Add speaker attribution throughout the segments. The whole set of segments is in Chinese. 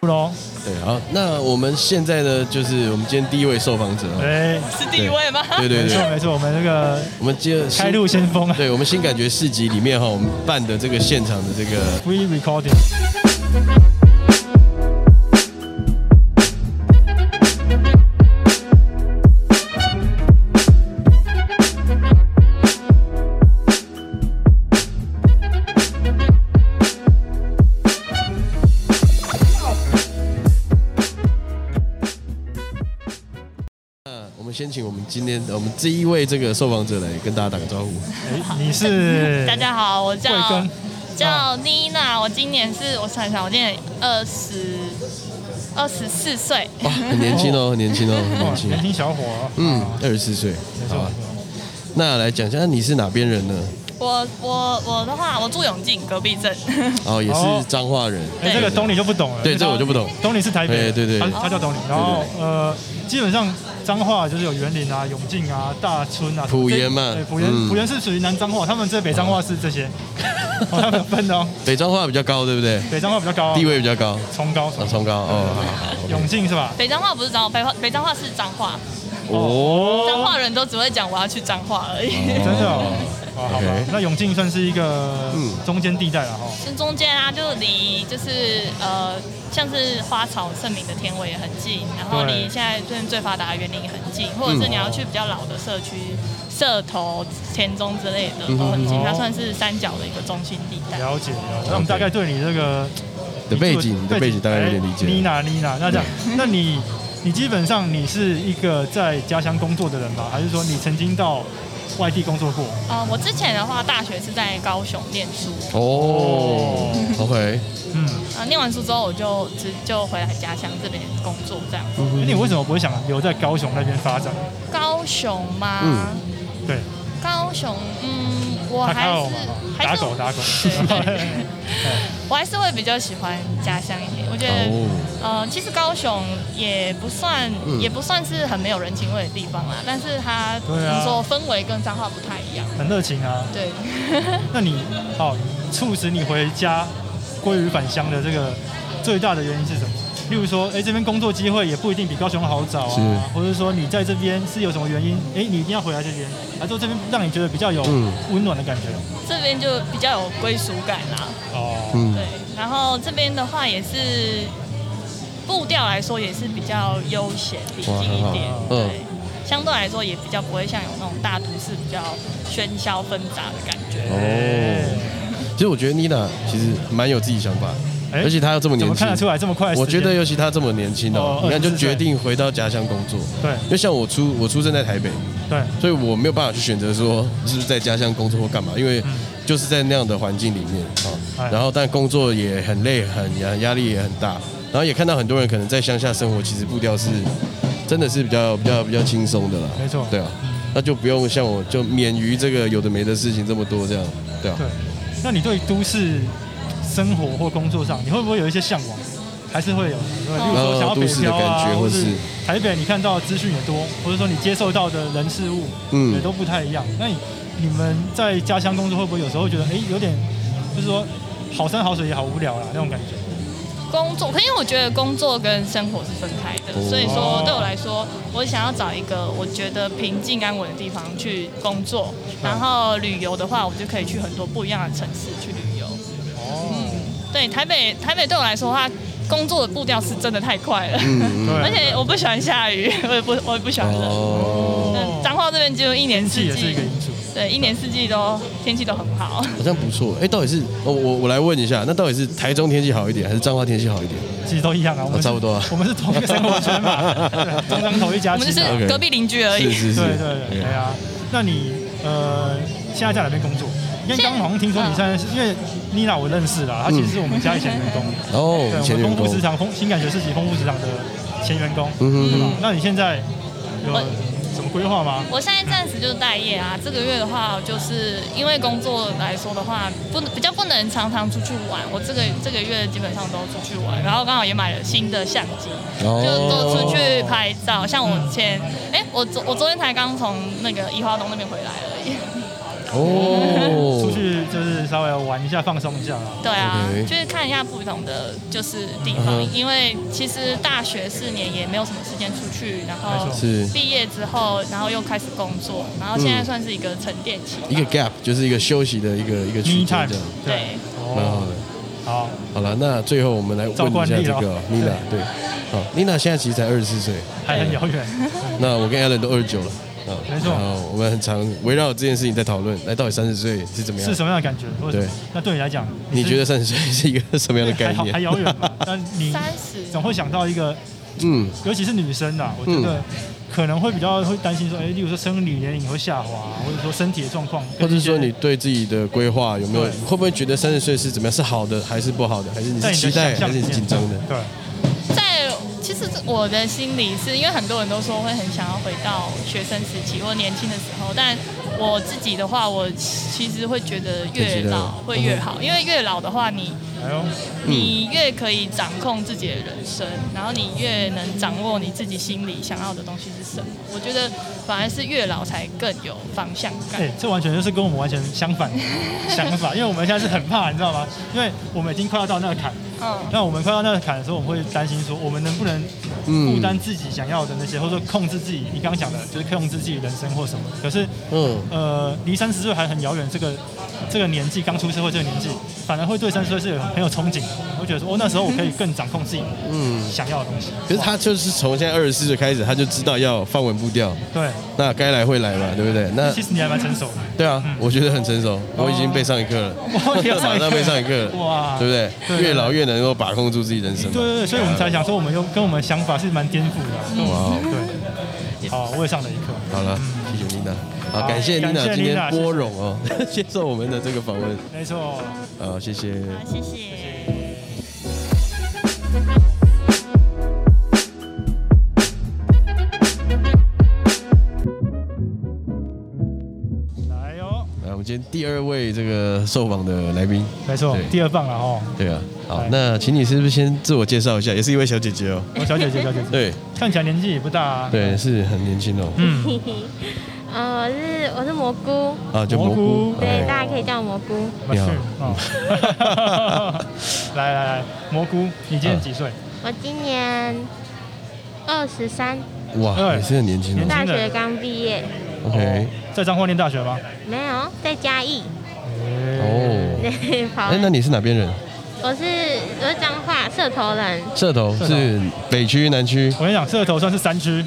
Speaker 1: 喽。
Speaker 2: 对，好，那我们现在呢，就是我们今天第一位受访者啊，
Speaker 1: 哎，
Speaker 3: 是第一位吗？
Speaker 2: 对对
Speaker 1: 没错
Speaker 2: 对，
Speaker 1: 没错，我们这个
Speaker 2: 我们接着
Speaker 1: 开路先锋啊
Speaker 2: 对我们新感觉市集里面哈，我们办的这个现场的这个
Speaker 1: ，free recording。
Speaker 2: 呃，我们先请我们今天我们这一位这个受访者来跟大家打个招呼。
Speaker 1: 哎，你是
Speaker 3: 大家好，我
Speaker 1: 贵
Speaker 3: 叫
Speaker 1: 庚？
Speaker 3: 叫妮娜，我今年是我想一想，我今年二十二十四岁，
Speaker 2: 哇，很年轻哦，很年轻哦，很
Speaker 1: 哇
Speaker 2: 年轻
Speaker 1: 年。轻小伙哦，
Speaker 2: 嗯
Speaker 1: 啊，
Speaker 2: 二十四岁
Speaker 1: 没，
Speaker 2: 好
Speaker 1: 错
Speaker 2: 啊
Speaker 1: 没。错。
Speaker 2: 那来讲一下，那你是哪边人呢？
Speaker 3: 我我我的话，我住永靖隔壁镇，
Speaker 2: 哦，也
Speaker 1: 哦
Speaker 2: 是彰化人。
Speaker 1: 哎，这个东里就不懂了，
Speaker 2: 对，
Speaker 1: 因为他
Speaker 2: 这我就不懂。
Speaker 1: 东里是台北人，
Speaker 2: 哎对对
Speaker 1: 他
Speaker 2: 对
Speaker 1: 他叫东里。然后呃，基本上彰化就是有园林啊、永靖啊、大村啊、
Speaker 2: 浦沿嘛
Speaker 1: 对，浦沿
Speaker 2: 嗯
Speaker 1: 浦沿是属于南彰化，他们这北彰化是这些，哦他们有分 的哦，
Speaker 2: 北彰化比较高，对不对？
Speaker 1: 北彰化比较高啊，
Speaker 2: 地位比较高，
Speaker 1: 崇高，
Speaker 2: 啊，崇高哦，好好
Speaker 1: 永靖是吧？
Speaker 3: 北彰化不是彰化，北北彰化是彰化，
Speaker 2: 哦，
Speaker 3: 彰化人都只会讲我要去彰化而已。
Speaker 1: 真的哦，哇好吧
Speaker 2: OK，
Speaker 1: 那永靖算是一个
Speaker 2: 嗯
Speaker 1: 中间地带了哦哈。
Speaker 3: 是中间啊，就离就是呃，像是花草盛名的天尾也很近，然后
Speaker 1: 对
Speaker 3: 离现在最最发达的园林也很近，或者是你要去比较老的社区，社头、田中之类的都很近
Speaker 1: 嗯，
Speaker 3: 它算是三角的一个中心地带。
Speaker 1: 了解了解，那我们大概对你这个哎
Speaker 2: 你的背景，你的背景大概有点理
Speaker 1: 妮
Speaker 2: 解了。
Speaker 1: 娜妮娜，那这样，那你你基本上你是一个在家乡工作的人吧？还是说你曾经到外地工作过？
Speaker 3: 呃，我之前的话，大学是在高雄念书，
Speaker 2: 哦，OK，
Speaker 1: 嗯，
Speaker 3: 呃，念完书之后我就直就回来家乡这边工作这样。
Speaker 1: 那你为什么不会想留在高雄那边发展？
Speaker 3: 高雄吗？
Speaker 2: 嗯
Speaker 1: 对，
Speaker 3: 高雄，嗯，我
Speaker 1: 打
Speaker 3: 还
Speaker 1: 卡
Speaker 3: 是
Speaker 1: 我嘛，
Speaker 3: 还
Speaker 1: 打
Speaker 3: 是
Speaker 1: 狗 打狗
Speaker 3: 对对 对。我还是会比较喜欢家乡一点。我觉得，
Speaker 2: 哦，
Speaker 3: 呃，其实高雄也不算、
Speaker 2: 嗯
Speaker 3: 也不算是很没有人情味的地方啦，但是它怎
Speaker 1: 对啊
Speaker 3: 么说氛围跟彰化不太一样。
Speaker 1: 很热情啊。
Speaker 3: 对，
Speaker 1: 那你哦，促使你回家归于返乡的这个最大的原因是什么？例如说，哎，这边工作机会也不一定比高雄好找
Speaker 2: 是
Speaker 1: 啊，或者说你在这边是有什么原因？哎，你一定要回来这边，还是说这边让你觉得比较有
Speaker 2: 嗯
Speaker 1: 温暖的感觉？
Speaker 3: 这边就比较有归属感啦。
Speaker 1: 哦，
Speaker 2: 嗯
Speaker 3: 对，然后这边的话也是步调来说也是比较悠闲平静一点
Speaker 1: 哇很好，
Speaker 2: 嗯
Speaker 3: 对，相对来说也比较不会像有那种大都市比较喧嚣纷杂的感觉。
Speaker 2: 哦，其实我觉得妮娜其实蛮有自己想法，
Speaker 1: 哎
Speaker 2: 而且她又这么
Speaker 1: 怎
Speaker 2: 年
Speaker 1: 么看得出
Speaker 2: 轻，
Speaker 1: 来这么快的时间？
Speaker 2: 我觉得尤其她这么年轻哦
Speaker 1: 哦，
Speaker 2: 你看就
Speaker 1: 24岁
Speaker 2: 决定回到家乡工作。
Speaker 1: 对
Speaker 2: 因为像我出我出生在台北，
Speaker 1: 对，
Speaker 2: 所以我没有办法去选择说是不是在家乡工作或干嘛，因
Speaker 1: 嗯
Speaker 2: 为就是在那样的环境里面啊
Speaker 1: 哎。
Speaker 2: 然后但工作也很累，很压压力也很大。然后也看到很多人可能在乡下生活，其实步调是真的是比较比较比较轻松的啦。
Speaker 1: 没错
Speaker 2: 对啊，那就不用像我就免于这个有的没的事情这么多这样，对啊。
Speaker 1: 对。那你对都市生活或工作上，你会不会有一些向往？还是会有，对例如说想要
Speaker 2: 呃都
Speaker 1: 北
Speaker 2: 市的
Speaker 1: 漂啊，
Speaker 2: 感觉
Speaker 1: 或
Speaker 2: 或是
Speaker 1: 是台北，你看到的资讯也多，或者说你接受到的人事物，
Speaker 2: 嗯
Speaker 1: 也都不太一样。那你你们在家乡工作，会不会有时候觉得，哎，有点就是说好山好水也好无聊啦那种感觉？
Speaker 3: 工作，可因为我觉得工作跟生活是分开的，
Speaker 2: 哦
Speaker 3: 所以说对我来说，我想要找一个我觉得平静安稳的地方去工作，然后旅游的话，我就可以去很多不一样的城市去旅游。嗯
Speaker 1: 哦，
Speaker 3: 对，台北台北对我来说的话，工作的步调是真的太快了，
Speaker 2: 嗯
Speaker 1: 对
Speaker 3: 而且我不喜欢下雨， 我也不我也不喜欢冷。
Speaker 2: 哦，
Speaker 3: 嗯，彰化这边就一年
Speaker 1: 天
Speaker 3: 四
Speaker 1: 气也是一
Speaker 3: 季
Speaker 1: 个，因素。
Speaker 3: 对，一年四季都天气都很好。
Speaker 2: 好像不错。哎，到底是哦我我来问一下，那到底是台中天气好一点，还是彰化天气好一点？
Speaker 1: 其实都一样啊，我们
Speaker 2: 差不多啊
Speaker 1: 是我们是同一个生活圈嘛，对中央头一家
Speaker 3: 我们
Speaker 1: 亲
Speaker 3: 就
Speaker 1: 啊。
Speaker 3: 是
Speaker 2: OK
Speaker 3: 隔壁邻居而
Speaker 2: 是
Speaker 3: 已。
Speaker 2: 是哎是，
Speaker 1: 对对对，对啊。那你呃，现在在哪边工作？因为刚刚好像听说你现在是因为妮娜我认识
Speaker 2: 嗯
Speaker 1: 啦，她其实是我们家以前员工，
Speaker 2: 哦
Speaker 1: 对，我
Speaker 2: 前
Speaker 1: 们
Speaker 2: 员
Speaker 1: 丰
Speaker 2: 工
Speaker 1: 富，职场丰新感觉市集丰富职场的前员工，
Speaker 2: 嗯哼
Speaker 1: 对吧
Speaker 2: 哼，？
Speaker 1: 那你现在有
Speaker 4: 呃
Speaker 3: 我
Speaker 1: 什么规划吗？
Speaker 3: 我现在暂时就是待业啊，这个月的话，就是因为工作来说的话，不能比较不能常常出去玩。我这个这个月基本上都出去玩，然后刚好也买了新的相机，
Speaker 1: 嗯
Speaker 2: 哦
Speaker 3: 就都出去拍照。像我前，哎、我昨我昨天才刚从那个宜花东那边回来而已。
Speaker 2: 哦，
Speaker 1: 出去就是稍微玩一下，放松一下啦。
Speaker 4: 对啊
Speaker 2: OK
Speaker 4: 就是看一下不同的就是地方
Speaker 2: 嗯哼
Speaker 4: 因为其实大学四年也没有什么时间出去，然后
Speaker 1: 没错
Speaker 2: 是
Speaker 4: 毕业之后，然后又开始工作，然后现在算是一个沉淀期吧。
Speaker 2: 一个 gap，就是一个休息的一个一个区
Speaker 1: Me
Speaker 2: 间这
Speaker 1: time，
Speaker 2: 样，
Speaker 1: 对
Speaker 4: 对，
Speaker 2: 蛮好
Speaker 1: 哦，
Speaker 2: 的。
Speaker 1: 好，
Speaker 2: 好了，那最后我们来问
Speaker 1: 照
Speaker 2: 一
Speaker 1: 惯
Speaker 2: 下
Speaker 1: 例
Speaker 2: 这
Speaker 1: 哦
Speaker 2: 个 Nina，对，好，Nina 现在其实才二十四岁，
Speaker 1: 还很遥远，
Speaker 2: 那我跟 Alan 都二十九了，啊，
Speaker 1: 嗯没错
Speaker 2: 然后我们很常围绕这件事情在讨论，那到底三十岁是怎么 样
Speaker 1: 是？什么样的感觉？或者
Speaker 2: 对
Speaker 1: 那对你来讲，
Speaker 2: 你
Speaker 1: 是
Speaker 2: 觉得三十岁是一个什么样的概
Speaker 1: 还 好
Speaker 2: 念？
Speaker 1: 还遥远嘛？但你
Speaker 4: 三十，
Speaker 1: 总会想到一个，
Speaker 2: 嗯，
Speaker 1: 尤其是女生啊，我觉得可能会比较会担心说，哎，例如说生理年龄会下滑啊，或者说身体的状况，
Speaker 2: 或
Speaker 1: 跟
Speaker 2: 者
Speaker 1: 一些
Speaker 2: 说你对自己的规划有没有？
Speaker 1: 对
Speaker 2: 会不会觉得三十岁是怎么样？是好的还是不好的？还是你
Speaker 1: 在
Speaker 2: 是
Speaker 1: 你的
Speaker 2: 期待
Speaker 1: 想象
Speaker 2: 还是
Speaker 1: 里
Speaker 2: 你是
Speaker 1: 面
Speaker 2: 紧张的？
Speaker 1: 对，
Speaker 4: 在其实我的心里是因为很多人都说会很想要回到学生时期或年轻的时候，但我自己的话，我其实会觉得
Speaker 2: 会
Speaker 4: 越
Speaker 2: 觉得
Speaker 4: 老会越好，因为越老的话你，
Speaker 1: 哎呦，
Speaker 2: 嗯
Speaker 4: 你越可以掌控自己的人生，然后你越能掌握你自己心里想要的东西是什么。我觉得反而是越老才更有方向感。
Speaker 1: 哎，这完全就是跟我们完全相 反的想法，因为我们现在是很怕，你知道吗？因为我们已经快要到那个坎，
Speaker 4: 嗯，
Speaker 1: 那我们快到那个坎的时候，我们会担心说，我们能不能
Speaker 2: 嗯
Speaker 1: 负担自己想要的那些，或者说控制自己，你刚刚讲的就是控制自己人生或什么。可是，
Speaker 2: 嗯，
Speaker 1: 呃，离三十岁还很遥远，这个这个年纪刚出社会这个年纪，反而会对三十岁是有很有憧憬的，会觉得说，哦，那时候我可以更掌控自己
Speaker 2: 嗯
Speaker 1: 想要的东西。
Speaker 2: 可是他就是从现在二十四岁开始，他就知道要放稳步调，
Speaker 1: 对，
Speaker 2: 那该来会来嘛，对不对？那
Speaker 1: 其实你还蛮成熟的，
Speaker 2: 对啊
Speaker 1: 嗯，
Speaker 2: 我觉得很成熟，我已经被上一课了，
Speaker 1: 哦你有上
Speaker 2: 马
Speaker 1: 一课
Speaker 2: 上被上一课了，
Speaker 1: 哇
Speaker 2: 对不对？
Speaker 1: 对
Speaker 2: 越老越能够把控住自己人生
Speaker 1: 对
Speaker 2: 嘛。
Speaker 1: 对对，所以我们才想说，我们又跟我们想法是蛮颠覆的。
Speaker 2: 哇哦，
Speaker 1: 对，好，我也上了一课。
Speaker 2: 好了，谢谢妮娜，好，感谢妮
Speaker 1: 感
Speaker 2: 娜
Speaker 1: 谢
Speaker 2: 今天
Speaker 1: Nina，谢谢
Speaker 2: 拨冗哦， 接受我们的这个访问，
Speaker 1: 没错。
Speaker 2: 好，谢谢。
Speaker 4: 好，谢谢。
Speaker 1: 来哦哟，
Speaker 2: 来，我们今天第二位这个受访的来宾，
Speaker 1: 没错
Speaker 2: 对，
Speaker 1: 第二棒了哦。
Speaker 2: 对啊，好
Speaker 1: 来，
Speaker 2: 那请你是不是先自我介绍一下？也是一位小姐姐哦，
Speaker 1: 我小姐姐，小姐姐，
Speaker 2: 对
Speaker 1: 看起来年纪也不大啊。
Speaker 2: 对，是很年轻哦，
Speaker 1: 嗯，
Speaker 5: 嘿嘿， 呃，我是我是蘑菇，
Speaker 2: 啊，就蘑
Speaker 1: 蘑
Speaker 2: 菇，
Speaker 1: 菇
Speaker 5: 对，
Speaker 2: 哎
Speaker 5: 大家可以叫我蘑菇。
Speaker 1: 没事
Speaker 2: 你好
Speaker 1: 哦。嗯 来来来，蘑菇，你今年几岁？
Speaker 5: 我今年二十三，
Speaker 2: 哇，
Speaker 1: 对
Speaker 2: 也是很年轻
Speaker 1: 年
Speaker 2: 哦
Speaker 5: 大学刚毕业，
Speaker 2: 嗯，OK，
Speaker 1: 哦在彰化念大学吗？
Speaker 5: 没有在嘉义。
Speaker 2: 哦，
Speaker 5: 对，跑
Speaker 2: 哎，那你是哪边人？
Speaker 5: 我是我是彰化社头人，
Speaker 2: 社头
Speaker 1: 社头
Speaker 2: 是北区、南区。
Speaker 1: 我跟你讲，社头算是山 区，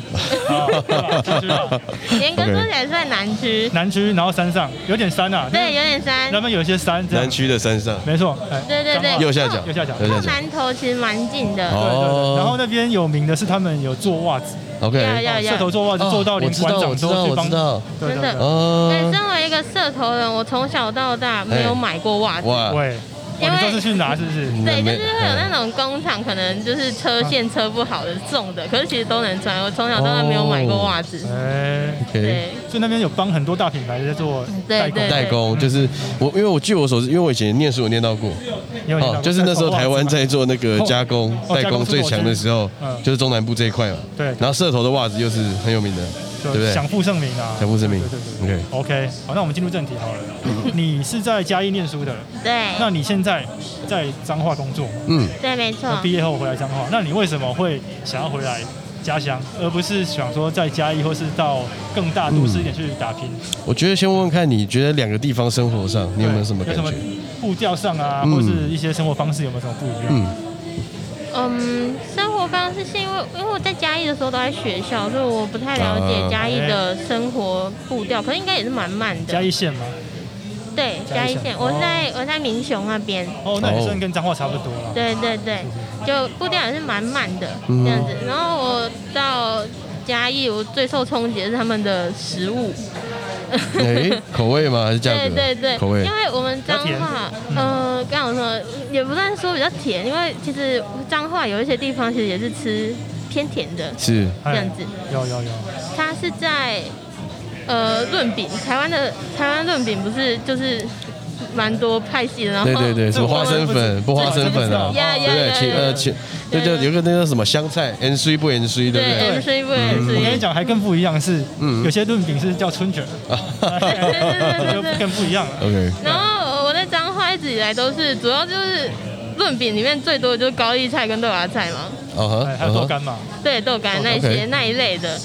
Speaker 1: 啊对吧山区啊
Speaker 5: 严格说
Speaker 2: OK
Speaker 5: 起来算南区，
Speaker 2: 嗯
Speaker 1: 南区，然后山上有点山啊。
Speaker 5: 对，有点山
Speaker 1: 那，边有一些山。这样
Speaker 2: 南，区的山上，
Speaker 1: 没错。哎
Speaker 5: 对对对
Speaker 1: 彰化
Speaker 2: 右下角，
Speaker 1: 右下角
Speaker 2: 右
Speaker 5: 靠
Speaker 2: 下角。
Speaker 5: 南头其实蛮近的。
Speaker 1: 对对对，然后
Speaker 2: 哦
Speaker 1: 那边有名的是他们有做袜子，
Speaker 5: 要
Speaker 2: ，OK。
Speaker 1: 社
Speaker 5: 要要
Speaker 1: 哦头，做袜子做到
Speaker 2: 我
Speaker 1: 连
Speaker 2: 知
Speaker 1: 馆
Speaker 2: 道，哦我
Speaker 1: 长
Speaker 2: 知
Speaker 1: 都
Speaker 2: 道，
Speaker 1: 去
Speaker 2: 我
Speaker 1: 帮
Speaker 2: 知。道。
Speaker 1: 对对
Speaker 5: 真
Speaker 1: 对，
Speaker 5: 的对，
Speaker 2: 哦，
Speaker 5: 身为一个社头人，我从小到大没有买过袜子。
Speaker 2: 哎哇，
Speaker 1: 喂，
Speaker 5: 因
Speaker 1: 哦
Speaker 5: 为
Speaker 1: 你都是去拿是不是？
Speaker 2: 你
Speaker 5: 对，
Speaker 2: 们
Speaker 5: 就
Speaker 2: 没哎
Speaker 5: 是会有那种工厂，可能就是车线车不好的重的，可是其实都能穿。我从小到大没有买过袜
Speaker 2: 嗯
Speaker 5: 子，
Speaker 1: 哎，
Speaker 2: OK。
Speaker 5: 对
Speaker 1: 所以那边有帮很多大品牌在做代工
Speaker 5: 对，
Speaker 2: 代工就是我，因为我据我所知，因为我以前念书有念到过，
Speaker 1: 你有听到
Speaker 2: 哦，
Speaker 1: 吗
Speaker 2: 就是那时候台湾在做那个加工
Speaker 1: 哦
Speaker 2: 代工最强的时候
Speaker 1: 嗯，
Speaker 2: 就是中南部这一块嘛。
Speaker 1: 对
Speaker 2: 然后社头的袜子又是很有名的，对
Speaker 1: 就
Speaker 2: 不对？
Speaker 1: 享负盛名啊，
Speaker 2: 享负嗯盛名
Speaker 1: 对对对对 OK，好，那我们进入正题好了。你是在嘉义念书的，那
Speaker 5: 对
Speaker 1: 你现在在彰化工作吗，
Speaker 2: 嗯，
Speaker 5: 对，没错
Speaker 1: 那。毕业后回来彰化，那你为什么会想要回来家乡，而不是想说在嘉义或是到更大都市一点去打拼？
Speaker 2: 我觉得先问问看，你觉得两个地方生活上，你有没有什么
Speaker 1: 对
Speaker 2: 感
Speaker 1: 有
Speaker 2: 觉
Speaker 1: 什？么步调上啊，
Speaker 2: 嗯
Speaker 1: 或是一些生活方式有没有什么不一样？
Speaker 2: 嗯，
Speaker 5: 嗯，生活方式是因为因为我在嘉义的时候都在学校，所以我不太了
Speaker 2: 啊
Speaker 5: 解嘉义的生活步调，可是应该也是蛮慢的。
Speaker 1: 嘉义县嘛，
Speaker 5: 对
Speaker 1: 嘉
Speaker 5: 嘉
Speaker 1: 义
Speaker 5: 义
Speaker 1: 县
Speaker 5: 县，我在我在民雄那边，
Speaker 1: 哦，那也
Speaker 2: 哦
Speaker 1: 算跟彰化差不多了。
Speaker 5: 对对对，就步调也是蛮慢的
Speaker 2: 嗯
Speaker 5: 这样子。然后我到嘉义，我最受冲击的是他们的食物。
Speaker 2: 哎，口味吗？还是价格？
Speaker 5: 对对对，
Speaker 2: 口味
Speaker 5: 因。为我们彰
Speaker 1: 比较甜
Speaker 5: 化，
Speaker 1: 嗯
Speaker 5: 呃，刚好说也不算说比较甜，因为其实彰化有一些地方其实也是吃偏甜的
Speaker 2: 是
Speaker 5: 这
Speaker 1: 哎
Speaker 5: 样子。
Speaker 1: 有有有，
Speaker 5: 它是在呃润饼，台湾的台湾润饼不是就是蛮多派系的，然后
Speaker 2: 对对对，什么花生粉不花生粉啊，
Speaker 5: 呀
Speaker 2: 对
Speaker 5: 呀
Speaker 2: 不对？
Speaker 5: 呀
Speaker 2: 请呃请，那叫有个那叫什么香菜，N C 不 N C，对不对？
Speaker 5: 对 M C 不 M
Speaker 1: 我跟你
Speaker 5: C，
Speaker 1: 讲，还更不一样是，
Speaker 2: 嗯
Speaker 1: 有些润饼是叫春卷，
Speaker 5: 对
Speaker 1: 就
Speaker 5: 对
Speaker 1: 更不一样了。
Speaker 2: OK，
Speaker 5: 然后我在彰化一直以来都是，主要就是论饼里面最多的就是高丽菜跟豆芽菜嘛，
Speaker 2: 哦哈
Speaker 1: 哎，还有豆干嘛，
Speaker 5: 对豆干那一些
Speaker 2: OK
Speaker 5: 那一类的。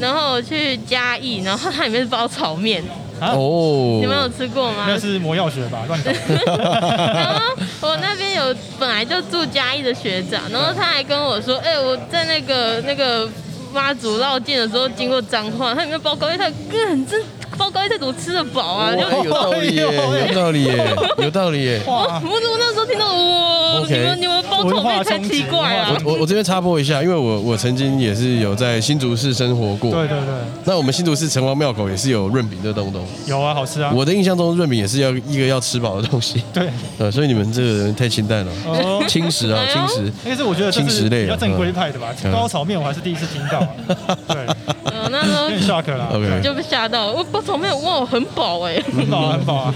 Speaker 5: 然后去嘉义，然后它里面是包炒面，
Speaker 1: 啊，
Speaker 2: 哦，
Speaker 5: 你们有吃过吗？
Speaker 1: 那是魔药学吧？乱搞。
Speaker 5: 然后我那边有本来就住嘉义的学长，然后他还跟我说，哎、我在那个那个妈祖绕境的时候经过彰化，他里面包高丽菜，干这包高丽菜怎么吃得饱啊？
Speaker 1: 哦
Speaker 5: 就
Speaker 1: 哎
Speaker 2: 哇有道理耶，
Speaker 5: 哎
Speaker 2: 有道理 耶，有道理耶。
Speaker 5: 我
Speaker 1: 哇，
Speaker 5: 我我那时候听到，哇
Speaker 2: OK
Speaker 5: 你们你们包炒面才奇怪啊
Speaker 1: 文化！
Speaker 2: 我我这边插播一下，因为我我曾经也是有在新竹市生活过。
Speaker 1: 对对对，
Speaker 2: 那我们新竹市城隍庙口也是有润饼这东东。
Speaker 1: 有啊，好吃啊。
Speaker 2: 我的印象中，润饼也是要一个要吃饱的东西。
Speaker 1: 对，
Speaker 2: 呃，所以你们这个人太清淡了，
Speaker 1: 哦，
Speaker 2: 轻食啊，
Speaker 5: 哎呦
Speaker 2: 轻食。
Speaker 1: 但是我觉得这
Speaker 2: 轻食
Speaker 1: 是
Speaker 2: 类
Speaker 1: 比较正规派的吧
Speaker 2: 嗯，
Speaker 1: 包炒面我还是第一次听到 啊，对，
Speaker 5: 呃，那时候
Speaker 1: 有点 shock 啦。
Speaker 2: OK
Speaker 5: 就被吓到，我包炒面哇很饱哎、
Speaker 1: 很饱啊，很饱 啊。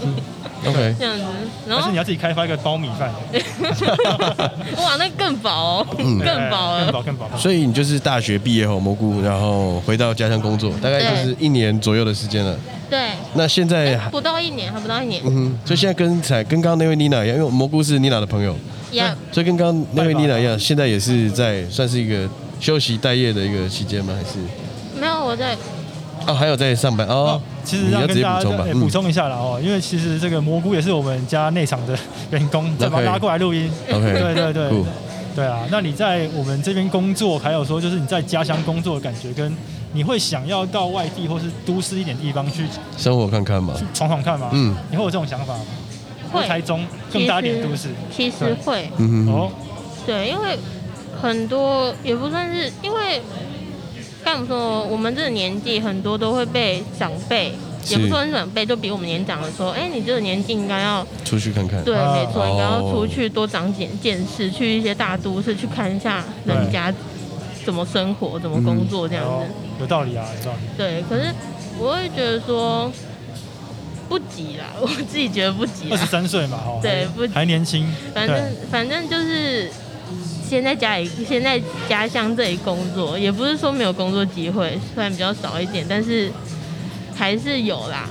Speaker 2: OK，
Speaker 5: 这样子，然
Speaker 1: 但是
Speaker 5: 后
Speaker 1: 你要自己开发一个包米饭，
Speaker 5: 哇那更饱、哦， 更饱
Speaker 1: 哎更
Speaker 5: 了。
Speaker 1: 饱，更饱。
Speaker 2: 所以你就是大学毕业后蘑菇，然后回到家乡工作，大概就是一年左右的时间了。
Speaker 5: 对，
Speaker 2: 那现在还，
Speaker 5: 不到一年，还不到一年，
Speaker 2: 嗯哼，所以现在跟才跟刚刚那位妮娜一样，因为蘑菇是妮娜的朋友，
Speaker 5: 呀、
Speaker 2: 所以跟刚刚那位妮娜一样，现在也是在算是一个休息待业的一个期间吗？还是
Speaker 5: 没有我在
Speaker 2: 哦，还有在上班哦
Speaker 1: 哦？其实
Speaker 2: 你
Speaker 1: 要
Speaker 2: 要直
Speaker 1: 跟
Speaker 2: 接
Speaker 1: 大
Speaker 2: 补
Speaker 1: 家
Speaker 2: 充吧
Speaker 1: 哎，
Speaker 2: 嗯
Speaker 1: 补充一下啦哦，因为其实这个蘑菇也是我们家内场的 员工，再把他
Speaker 2: OK
Speaker 1: 拉过来录音。
Speaker 2: OK
Speaker 1: 对对
Speaker 2: Cool
Speaker 1: 对，对啊。那你在我们这边工作，还有说就是你在家乡工作的感觉，跟你会想要到外地或是都市一点地方去
Speaker 2: 生活看看嘛。
Speaker 1: 闯闯看吗？
Speaker 2: 嗯，
Speaker 1: 你会有这种想法吗？
Speaker 5: 会
Speaker 1: 或台中更大一点都市。
Speaker 5: 其实会，
Speaker 2: 嗯哼，
Speaker 1: 哦，
Speaker 5: 对，因为很多也不算是，因为该怎么说，我们这个年纪很多都会被长辈，
Speaker 2: 是
Speaker 5: 也不算是长辈，就比我们年长的说，哎、你这个年纪应该要
Speaker 2: 出去看看。
Speaker 5: 对，
Speaker 1: 啊
Speaker 5: 没错，应该要
Speaker 2: 哦
Speaker 5: 出去多长点见识，去一些大都市去看一下人家怎么生活、怎么工作这样
Speaker 1: 哦
Speaker 5: 子。
Speaker 1: 有道理啊，有道理。
Speaker 5: 对，可是我会觉得说不急啦， 我自己觉得不 急
Speaker 1: 二
Speaker 5: 啦
Speaker 1: 十，三岁嘛，哦，
Speaker 5: 对
Speaker 1: 还
Speaker 5: 不
Speaker 1: 还年轻。
Speaker 5: 反
Speaker 1: 对
Speaker 5: 正反正就是。先在家里，先在家乡这里工作，也不是说没有工作机会，虽然比较少一点，但是还是有啦。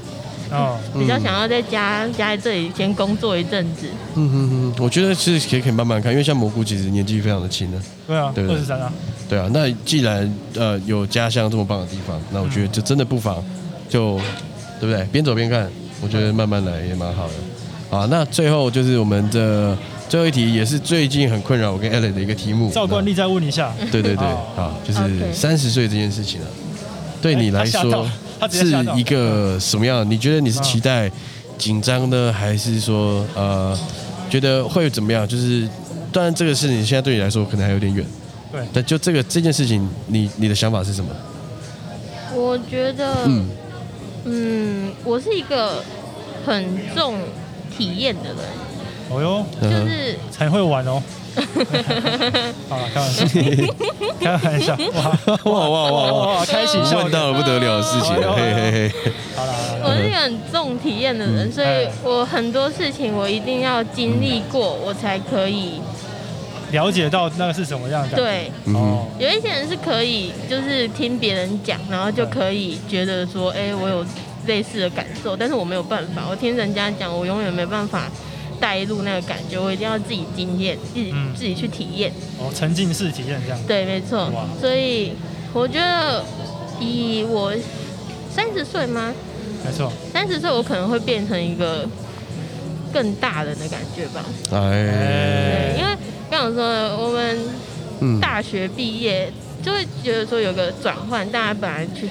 Speaker 1: 哦，
Speaker 2: 嗯
Speaker 5: 比较想要在家家里这里先工作一阵子，
Speaker 2: 嗯哼哼，我觉得是可以可以慢慢看，因为像蘑菇其实年纪非常的轻的。
Speaker 1: 对啊，
Speaker 2: 对对
Speaker 1: 二十三啊，
Speaker 2: 对啊，那既然呃有家乡这么棒的地方，那我觉
Speaker 1: 嗯
Speaker 2: 得就真的不妨就对不对？边走边看，我觉得慢慢来也蛮好的。好，那最后就是我们的最后一题，也是最近很困扰我跟 Alan 的一个题目。
Speaker 1: 照惯例再问一下。
Speaker 2: 那。对对对，
Speaker 1: 好
Speaker 2: 好，就是
Speaker 5: OK
Speaker 2: 三十岁这件事情啊，对你来
Speaker 1: 哎他吓到
Speaker 2: 说
Speaker 1: 他直接
Speaker 2: 是
Speaker 1: 吓到
Speaker 2: 一个什么样的？你觉得你是期待紧张呢，还是说呃觉得会怎么样？就是当然这个事情现在对你来说可能还有点远。
Speaker 1: 对
Speaker 2: 但就这个这件事情，你你的想法是什么？
Speaker 5: 我觉得，
Speaker 2: 嗯
Speaker 5: 嗯，我是一个很重体验的人，
Speaker 1: 哦哟，
Speaker 2: 嗯
Speaker 5: 就
Speaker 2: 哼，
Speaker 5: 是
Speaker 1: 才会玩 哦。好了，开玩笑， 开玩笑，哇，
Speaker 2: 哇哇哇哇！
Speaker 1: 哇，开启笑
Speaker 2: 问
Speaker 1: 点
Speaker 2: 到了不得了的事情，嘿嘿嘿，
Speaker 1: 好啦好啦
Speaker 5: 我是一个很重体验的
Speaker 2: 嗯
Speaker 5: 人，所以我很多事情我一定要经历过，我才可以。
Speaker 1: 了解到那个是什么样的感觉。
Speaker 5: 对，
Speaker 2: 嗯哼，
Speaker 1: 哦，
Speaker 5: 有一些人是可以，就是听别人讲，然后就可以觉得说，哎、我有类似的感受，但是我没有办法，我听人家讲，我永远没办法带入那个感觉，我一定要自己经验，自己、
Speaker 1: 嗯
Speaker 5: 自己去体验。
Speaker 1: 哦，沉浸式体验这样。
Speaker 5: 对，没错
Speaker 1: 哇。
Speaker 5: 所以我觉得以我三十岁吗？
Speaker 1: 没错，
Speaker 5: 三十岁我可能会变成一个更大人的感觉吧。对，因
Speaker 2: 哎，
Speaker 5: 为刚刚有说我们
Speaker 2: 嗯
Speaker 5: 大学毕业就会觉得说有个转换，大家本来去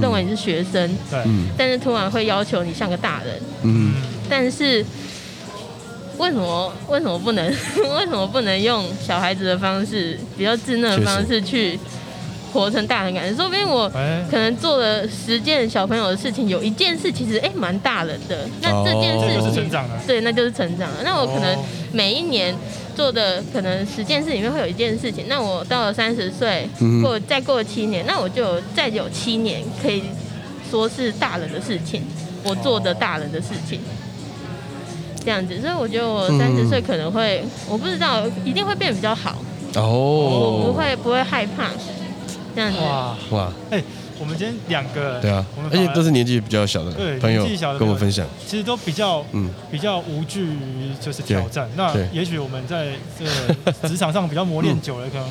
Speaker 5: 认为你是学生，
Speaker 1: 对，
Speaker 2: 嗯
Speaker 5: 但是突然会要求你像个大人，
Speaker 2: 嗯，
Speaker 1: 嗯，
Speaker 5: 但是。为什么为什么不能 为什么不能用小孩子的方式，比较稚
Speaker 2: 确
Speaker 5: 嫩的
Speaker 2: 实
Speaker 5: 方式去活成大人感觉？说不定我
Speaker 1: 哎，
Speaker 5: 可能做了十件小朋友的事情，有一件事其实哎蛮、大人的，那这件
Speaker 2: 哦
Speaker 1: 这
Speaker 5: 事
Speaker 1: 就是
Speaker 5: 情、
Speaker 1: 成长了。
Speaker 5: 对，那就是成长了。那我可能
Speaker 1: 哦
Speaker 5: 每一年做的可能十件事里面会有一件事情，那我到了三十岁
Speaker 2: 嗯，
Speaker 5: 或者再过七年，那我就有再有七年可以说是大人的事情，我做的大人的事情。这样子，所以我觉得我
Speaker 2: 嗯
Speaker 5: 三十岁可能会，我不知道，一定会变比较好，
Speaker 2: 哦，
Speaker 5: 不会不会害怕，这样子。
Speaker 1: 哇，
Speaker 2: 哇，
Speaker 1: 哎、我们今天两个，
Speaker 2: 对啊
Speaker 1: 我们，
Speaker 2: 而且都
Speaker 1: 是
Speaker 2: 是年纪比较小的
Speaker 1: 对
Speaker 2: 朋友
Speaker 1: 年纪小的
Speaker 2: 跟我
Speaker 1: 朋友
Speaker 2: 分享，
Speaker 1: 其实都比较
Speaker 2: 嗯，
Speaker 1: 比较无惧于就是挑战。那
Speaker 2: 对
Speaker 1: 也许我们在这个职场上比较磨练久了，可能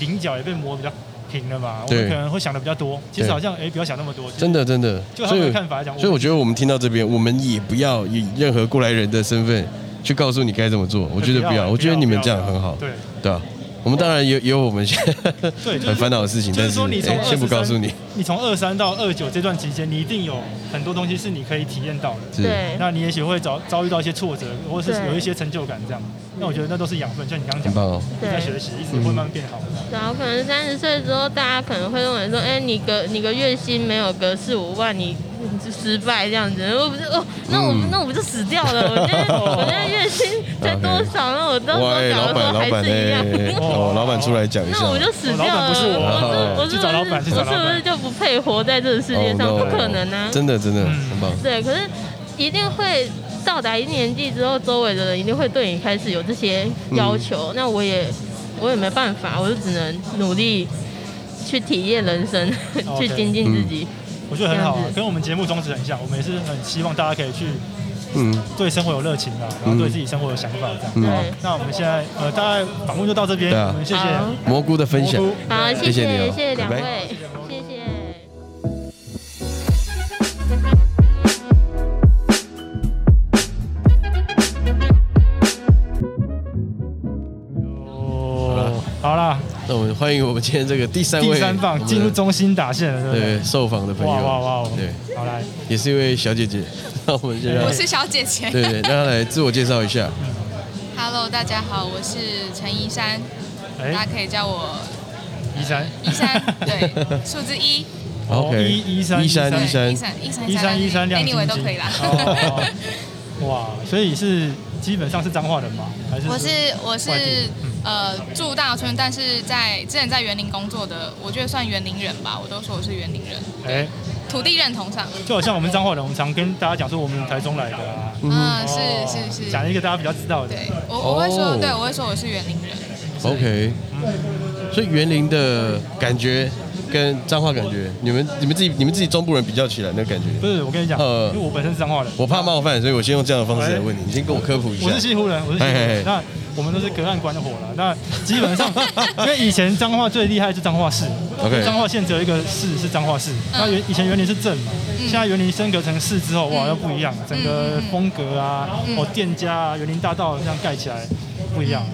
Speaker 1: 棱角也被磨比较平了嘛，我
Speaker 2: 嗯对
Speaker 1: 们可能会想的比较多。其实好像哎、不要想那么多，
Speaker 2: 真
Speaker 1: 的。
Speaker 2: 的真的，
Speaker 1: 就他
Speaker 2: 所
Speaker 1: 们
Speaker 2: 以
Speaker 1: 的看法来讲，
Speaker 2: 所以我觉得我们听到这边，我们也不要以任何过来人的身份去告诉你该怎么做，我觉得不要，我觉得你们这样很好，
Speaker 1: 对，
Speaker 2: 对吧？我们当然也也有我们现 在
Speaker 1: 对就是
Speaker 2: 很烦恼的事情，
Speaker 1: 就
Speaker 2: 但
Speaker 1: 是
Speaker 2: 是
Speaker 1: 说你从
Speaker 2: 哎先不
Speaker 1: 23
Speaker 2: 告诉你，
Speaker 1: 你从二三到二九这段期间，你一定有很多东西是你可以体验到的。
Speaker 2: 是
Speaker 5: 对，
Speaker 1: 那你也许会遭遭遇到一些挫折，或是
Speaker 5: 对
Speaker 1: 有一些成就感这样。那我觉得那都是养分，像你刚刚讲
Speaker 2: 很棒
Speaker 1: 的，
Speaker 2: 哦，嗯
Speaker 1: 你在学习，一直会慢慢变好。
Speaker 5: 然后可能三十岁之后，大家可能会认为说，哎、你个你个月薪没有个四五万，你你就失败这样子。我不是哦，那我、
Speaker 2: 嗯
Speaker 5: 那我不就死掉了？我现在我现在月薪才多少？那我到时候
Speaker 2: 哇，哎
Speaker 5: 搞
Speaker 2: 老
Speaker 5: 的时
Speaker 2: 板
Speaker 5: 候
Speaker 2: 老
Speaker 5: 还
Speaker 2: 板
Speaker 5: 是一样。
Speaker 2: 哎，哦，老板出来讲一下
Speaker 5: 那，我就死掉了，
Speaker 1: 哦老板不是我
Speaker 5: 我是
Speaker 1: 去
Speaker 5: 我是
Speaker 1: 找老
Speaker 5: 我
Speaker 1: 板去
Speaker 5: 是
Speaker 1: 找
Speaker 5: 我
Speaker 1: 老板
Speaker 5: 是不是就不配活在这个世界上？
Speaker 2: 哦
Speaker 5: 不
Speaker 2: no，
Speaker 5: 可能啊！
Speaker 2: 真的真的
Speaker 1: 嗯
Speaker 2: 很棒，
Speaker 5: 对，可是一定会到达一定年纪之后，周围的人一定会对你开始有这些要
Speaker 2: 嗯
Speaker 5: 求。那我也我也没办法，我就只能努力去体验人生， 去
Speaker 2: 哦
Speaker 1: OK
Speaker 5: 精进自己。
Speaker 1: 我觉得很好
Speaker 5: 这
Speaker 1: 啊
Speaker 5: 样，子
Speaker 1: 跟我们节目宗旨很像。我们也是很希望大家可以去
Speaker 2: 嗯
Speaker 1: 对生活有热情啊，然后对自己生活有想法这样。
Speaker 2: 嗯，
Speaker 5: 对，
Speaker 1: 那我们现在呃，大概访问就到这边，
Speaker 2: 对啊
Speaker 1: 我们谢谢
Speaker 5: 好
Speaker 2: 蘑菇的分享
Speaker 1: 蘑。菇
Speaker 5: 好，谢
Speaker 2: 谢谢你
Speaker 5: 谢
Speaker 2: 哦
Speaker 5: 谢两
Speaker 2: 拜拜
Speaker 5: 位，谢谢。
Speaker 1: 哦好啦，
Speaker 2: 那我们欢迎我们今天这个第三位
Speaker 1: 第三棒进入中心打线了，对不
Speaker 2: 对
Speaker 1: 对？
Speaker 2: 受访的朋友，
Speaker 1: 哇哇哇！哇
Speaker 2: 对，，
Speaker 1: 好来，
Speaker 2: 也是一位小姐 姐，那我们就让
Speaker 3: 我是小姐姐。
Speaker 2: 对对，让她来自我介绍一下。
Speaker 3: Hello，大家好，我是陈一山，大
Speaker 1: 哎，
Speaker 3: 家可以叫我
Speaker 1: 一三
Speaker 3: 一 山，对，数字一，
Speaker 1: 哦
Speaker 2: OK，
Speaker 1: 一一三
Speaker 2: 一
Speaker 1: 一
Speaker 2: 山
Speaker 1: 三
Speaker 3: 对
Speaker 2: 一山
Speaker 3: 一，山，一山，
Speaker 1: 一三一三亮晶晶
Speaker 3: ，anyway 都可以啦。
Speaker 1: 哦 哇，所以是基本上是彰化人吗？还是
Speaker 3: 我是我
Speaker 1: 外
Speaker 3: 是
Speaker 1: 地嗯
Speaker 3: 呃住大村，但是在之前在园林工作的，我觉得算园林人吧，我都说我是园林人，
Speaker 1: 哎，
Speaker 3: 土地认同上，
Speaker 1: 就好像我们彰化人，我们常跟大家讲说我们台中来的啊，
Speaker 3: 嗯，
Speaker 1: 哦
Speaker 3: 是是
Speaker 1: 讲
Speaker 3: 是，
Speaker 1: 一个大家比较知道的，
Speaker 3: 对我我会说
Speaker 2: 哦，
Speaker 3: 对我会说我是园林人，
Speaker 2: OK，所以园林的感觉跟彰化感觉，你们你们自己你们自己中部人比较起来那感觉，
Speaker 1: 不是我跟你讲，
Speaker 2: 呃
Speaker 1: 因为我本身是彰化人，
Speaker 2: 我怕冒犯，所以我先用这样的方式来问你，你先跟我科普一下
Speaker 1: 哎我。是西湖人，我是西湖
Speaker 2: 嘿嘿嘿
Speaker 1: 人。那我们都是隔岸观火了。那基本上，因为以前彰化最厉害是彰化市
Speaker 2: OK
Speaker 1: 彰化县只有一个市是彰化市。那原以前园林是镇嘛，现在园林升格成市之后，哇，又不一样，整个风格啊，哦，店家啊，园林大道这样盖起来不一样。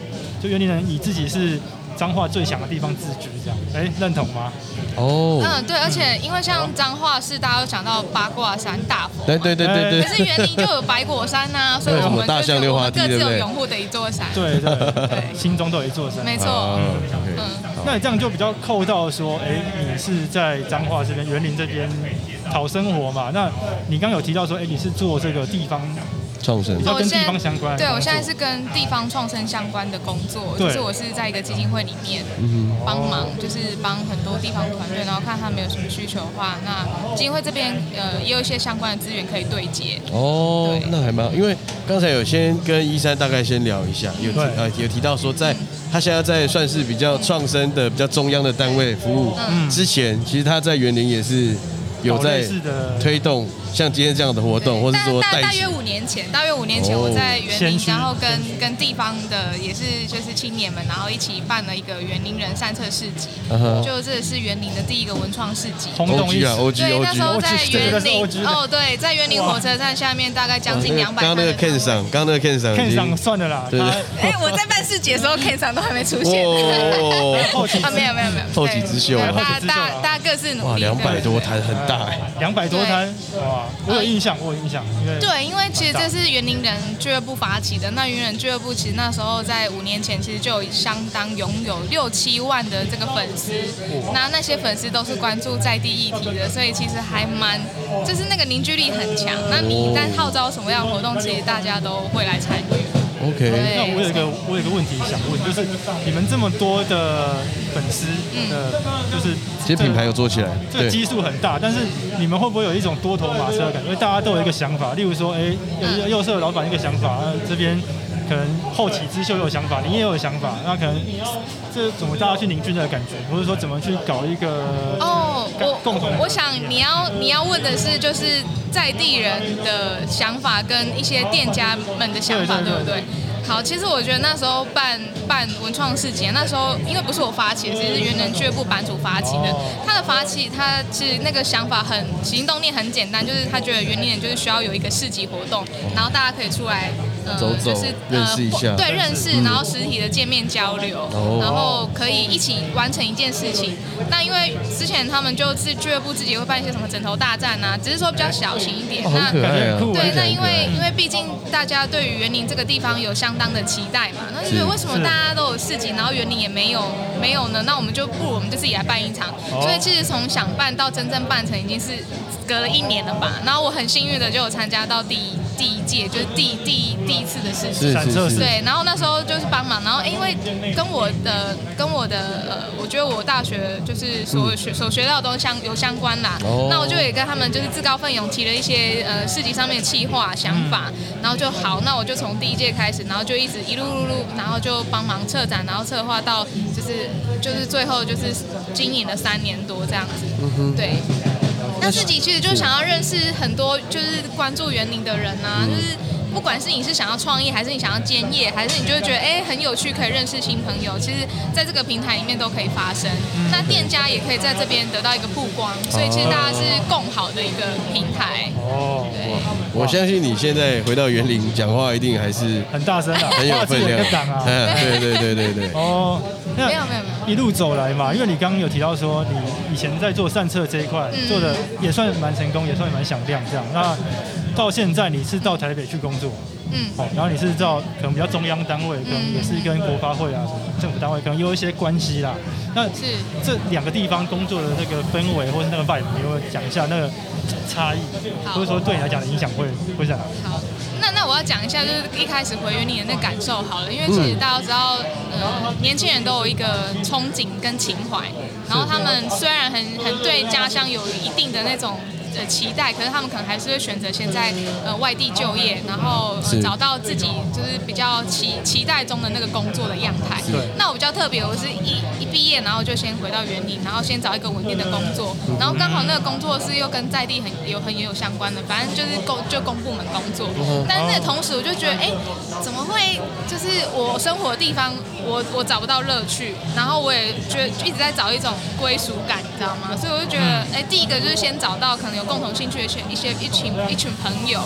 Speaker 1: 就园林人以自己是彰化最强的地方自居，这样，哎，认同吗？
Speaker 2: 哦，
Speaker 3: 嗯，对，而且因为像彰化市，大家都想到八卦山大佛嘛，
Speaker 2: 对对对对
Speaker 3: 可是
Speaker 2: 对，
Speaker 3: 园林就有白果山呐、所
Speaker 2: 对
Speaker 3: 以我
Speaker 2: 什么
Speaker 3: 们
Speaker 2: 大
Speaker 3: 就是
Speaker 2: 象溜
Speaker 3: 我
Speaker 2: 滑
Speaker 3: 们
Speaker 2: 梯
Speaker 3: 各
Speaker 2: 对
Speaker 3: 自
Speaker 2: 不
Speaker 3: 有
Speaker 2: 对
Speaker 3: 拥护的一座山。
Speaker 1: 对对，
Speaker 3: 对
Speaker 1: 心中都有一座山。
Speaker 3: 没错 嗯
Speaker 2: 啊
Speaker 1: 那
Speaker 2: ，OK，
Speaker 1: 你这样就比较扣到说，哎、你是在彰化这边、园林这边讨生活嘛？那你刚刚有提到说，哎、你是做这个地方，
Speaker 2: 创生
Speaker 1: 比，较
Speaker 3: 哦我
Speaker 1: 跟
Speaker 3: 现
Speaker 1: 地
Speaker 3: 在
Speaker 1: 方相关的工
Speaker 3: 对
Speaker 1: 作
Speaker 3: 我现在是跟地方创生相关的工作，
Speaker 1: 对
Speaker 3: 就是我是在一个基金会里面
Speaker 2: 嗯
Speaker 3: 帮忙，就是帮很多地方团队，然后看他们有什么需求的话，那基金会这边呃也有一些相关的资源可以对接。
Speaker 2: 哦，
Speaker 3: 对
Speaker 2: 那还蛮好，因为刚才有先跟一山大概先聊一下，有提
Speaker 1: 对
Speaker 2: 呃有提到说在，他现在在算是比较创生的比较中央的单位服务，
Speaker 1: 嗯
Speaker 2: 之前其实他在园林也是有在
Speaker 1: 岛内式的
Speaker 2: 推动像今天这样的活动，或是
Speaker 3: 但
Speaker 2: 说
Speaker 3: 大
Speaker 2: 带
Speaker 3: 大
Speaker 2: 起
Speaker 3: 约五年前，大约五年前
Speaker 2: 哦
Speaker 3: 我在园
Speaker 1: 先
Speaker 3: 林，
Speaker 1: 驱
Speaker 3: 然后跟跟地方的也是就是青年们，然后一起办了一个园林人善策市集，
Speaker 2: 嗯哼
Speaker 3: 就这是园林的第一个文创市集。
Speaker 1: 轰动一
Speaker 2: OG
Speaker 1: 时
Speaker 2: 啊。，OG
Speaker 3: 对，那时候
Speaker 2: OG，
Speaker 3: 在
Speaker 1: 这个
Speaker 3: 园
Speaker 1: 是 OG
Speaker 3: 林
Speaker 1: 的
Speaker 3: 哦，对，在园林火车站下面，大概将近两百。
Speaker 2: 哦刚刚那个 Ken 上，刚刚那个 Ken 上已
Speaker 1: Ken
Speaker 2: 经
Speaker 1: 上算了啦，
Speaker 2: 对对
Speaker 3: 哎，我在办市集的时候，Ken 上都还没出现。
Speaker 2: 哇，
Speaker 1: 后期
Speaker 3: 啊，没有没有没有，
Speaker 2: 后起之秀啊
Speaker 3: 对大家大家大家各自努力。
Speaker 2: 哇，两百
Speaker 3: 对
Speaker 2: 多摊很大哎，
Speaker 1: 两百多摊，哇，我有印象，我有印象，因为
Speaker 3: 对，因为其实这是园林人俱乐部发起的。那园林人俱乐部其实那时候在五年前，其实就有相当拥有六七万的这个粉丝。那那些粉丝都是关注在地议题的，所以其实还蛮，就是那个凝聚力很强。那你一旦号召什么样的活动，其实大家都会来参与。
Speaker 2: OK，
Speaker 1: 那
Speaker 3: 对
Speaker 1: 我有一个我有一个问题想问，就是你们这么多的粉丝，呃，就是
Speaker 2: 其实品牌有做起来，
Speaker 1: 这个
Speaker 2: 对，
Speaker 1: 基数很大，但是你们会不会有一种多头马车的感觉？因为大家都有一个想法，例如说，哎、
Speaker 3: 嗯
Speaker 1: 右右社老板一个想法，呃这边可能后起之秀有想法，你也有想法，那可能这怎么大家去凝聚这个感觉，或者说怎么去搞一个
Speaker 3: 哦，我
Speaker 1: 共同的
Speaker 3: 我我想你要你要问的是，就是在地人的想法跟一些店家们的想法，
Speaker 1: 对对
Speaker 3: 对
Speaker 1: 对
Speaker 3: 不对？好，其实我觉得那时候办办文创市集，那时候因为不是我发起的，其实是元能俱乐部版主发起的
Speaker 1: 哦。
Speaker 3: 他的发起，他其实那个想法很行动力很简单，就是他觉得园林人就是需要有一个市集活动，然后大家可以出来。呃
Speaker 2: 走走
Speaker 3: 就是
Speaker 2: 认识一下
Speaker 3: 对，认识，然后实体的见面交流，
Speaker 2: 哦
Speaker 3: 然后可以一起完成一件事情。那因为之前他们就是俱乐部自己会办一些什么枕头大战啊，只是说比较小型一点。
Speaker 2: 哦，
Speaker 3: 那
Speaker 2: 很可爱
Speaker 1: 感觉
Speaker 2: 啊
Speaker 1: 很，酷欸
Speaker 3: 对，
Speaker 2: 听起来
Speaker 3: 那
Speaker 2: 很
Speaker 3: 因
Speaker 2: 可爱
Speaker 3: 为因为毕竟大家对于园林这个地方有相当的期待嘛，那就是是为什么
Speaker 1: 是
Speaker 3: 大家都有市集，然后园林也没有没有呢？那我们就不如我们就自己来办一场。
Speaker 1: 哦
Speaker 3: 所以其实从想办到真正办成，已经是隔了一年了吧。然后我很幸运的就有参加到第一第一届，就是第第一第一次的市集。
Speaker 2: 是
Speaker 1: 闪射
Speaker 2: 是是，
Speaker 3: 对，然后那时候就是帮忙，然后、诶因为跟我的跟我的呃，我觉得我大学就是所学、所学到的东西相有相关啦。
Speaker 2: 嗯哦
Speaker 3: 那我就也跟他们就是自告奋勇提了一些呃市集上面的企划想
Speaker 2: 嗯
Speaker 3: 法，然后就好，那我就从第一届开始，然后就一直一路路路，然后就帮忙策展，然后策划到就是就是最后就是经营了三年多这样子。
Speaker 2: 嗯
Speaker 3: 对。那自己其实就想要认识很多就是关注园林的人啊，就是不管是你是想要创业，还是你想要兼业，还是你就会觉得哎、很有趣，可以认识新朋友，其实在这个平台里面都可以发生。那店家也可以在这边得到一个曝光，所以其实大家是共好的一个平台。
Speaker 1: 哦，
Speaker 2: 我相信你现在回到园林讲话，一定还是
Speaker 1: 很大声啊，
Speaker 2: 很有
Speaker 1: 哇自己
Speaker 2: 分
Speaker 1: 一
Speaker 2: 量
Speaker 1: 个 档，啊，
Speaker 2: 嗯，对对对对对，
Speaker 1: 哦，那
Speaker 3: 没有没有没有
Speaker 1: 一路走来嘛，因为你刚刚有提到说你以前在做散策这一块、
Speaker 3: 嗯
Speaker 1: 做的也算蛮成功，也算蛮响亮这样。那到现在你是到台北去工作，
Speaker 3: 嗯，
Speaker 1: 哦，然后你是到可能比较中央单位，可能也是跟国发会啊什么政府单位可能有一些关系啦。那
Speaker 3: 是。
Speaker 1: 这两个地方工作的那个氛围或是那个 vibe，你有没有讲一下那个差异，
Speaker 3: 好
Speaker 1: 或者说对你来讲的影响会会在哪？
Speaker 3: 好，那那我要讲一下，就是一开始回园林的那感受好了，因为其实大家都知道，呃，年轻人都有一个憧憬跟情怀，然后他们虽然很很对家乡有一定的那种。呃，期待，可是他们可能还是会选择先在呃外地就业，然后、
Speaker 2: 是
Speaker 3: 呃、找到自己就是比较期期待中的那个工作的样态。
Speaker 1: 对
Speaker 3: 那我比较特别，我是一一毕业，然后就先回到园林，然后先找一个稳定的工作，然后刚好那个工作是又跟在地很有很也有相关的，反正就是公就公部门工作。但是同时我就觉得，哎、怎么会就是我生活的地方，我我找不到乐趣，然后我也觉得一直在找一种归属感，你知道吗？所以我就觉得，哎、第一个就是先找到可能有共同兴趣的一些一些一群一群朋友。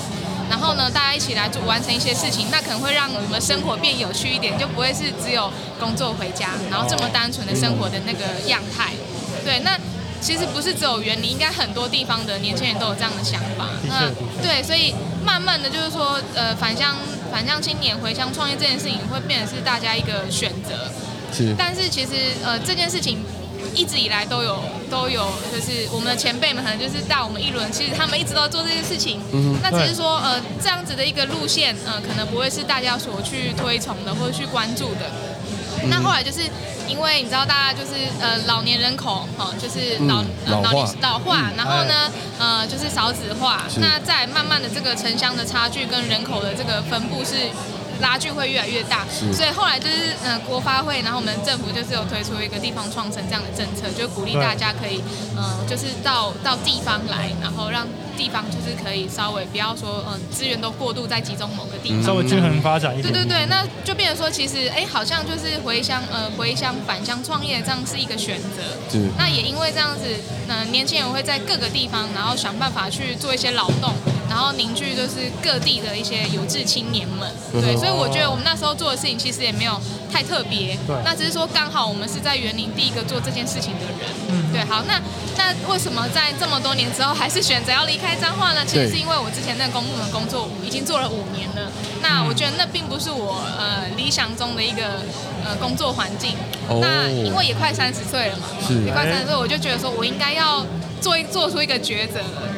Speaker 3: 然后呢，大家一起来做完成一些事情，那可能会让我们生活变有趣一点，就不会是只有工作回家，然后这么单纯的生活的那个样态。对，那其实不是只有园林，应该很多地方的年轻人都有这样的想法。
Speaker 1: 的确
Speaker 3: 那
Speaker 1: 的确
Speaker 3: 对，所以慢慢的就是说，呃，返乡返乡青年回乡创业这件事情，会变成是大家一个选择。
Speaker 2: 是
Speaker 3: 但是其实呃这件事情一直以来都有都有，就是我们的前辈们可能就是带我们一轮，其实他们一直都在做这件事情。
Speaker 2: 嗯
Speaker 3: 那只是说呃这样子的一个路线，呃可能不会是大家所去推崇的或者去关注的。
Speaker 2: 嗯
Speaker 3: 那后来就是因为你知道，大家就是呃老年人口哦，就是老、
Speaker 2: 嗯
Speaker 3: 呃
Speaker 2: 老
Speaker 3: 老
Speaker 2: 化
Speaker 3: 年老化，然后呢呃就是少子化，
Speaker 2: 是
Speaker 3: 那再慢慢的这个城乡的差距跟人口的这个分布是拉距会越来越大，
Speaker 2: 是
Speaker 3: 所以后来就是呃国发会，然后我们政府就是有推出一个地方创生这样的政策，就鼓励
Speaker 1: 对
Speaker 3: 大家可以呃就是到到地方来，然后让地方就是可以稍微不要说呃资源都过度在集中某个
Speaker 2: 嗯
Speaker 3: 地方，
Speaker 1: 稍微均衡发展一
Speaker 3: 对
Speaker 1: 点。
Speaker 3: 对对，那就变成说，其实哎、好像就是回乡呃回乡返乡创业这样是一个选择。
Speaker 2: 是
Speaker 3: 那也因为这样子，呃，年轻人会在各个地方，然后想办法去做一些劳动，然后凝聚就是各地的一些有志青年们。
Speaker 2: 嗯
Speaker 3: 对，所以我觉得我们那时候做的事情其实也没有太特别
Speaker 1: 对，
Speaker 3: 那只是说刚好我们是在园林第一个做这件事情的人。
Speaker 2: 嗯
Speaker 3: 对，好，那那为什么在这么多年之后还是选择要离开彰化呢？其实
Speaker 2: 对
Speaker 3: 是因为我之前那个公部门工作已经做了五年了，
Speaker 2: 嗯
Speaker 3: 那我觉得那并不是我呃理想中的一个呃工作环境。
Speaker 2: 哦
Speaker 3: 那因为也快三十岁了嘛，
Speaker 2: 是
Speaker 3: 也快三十岁，我就觉得说我应该要做一做出一个抉择了。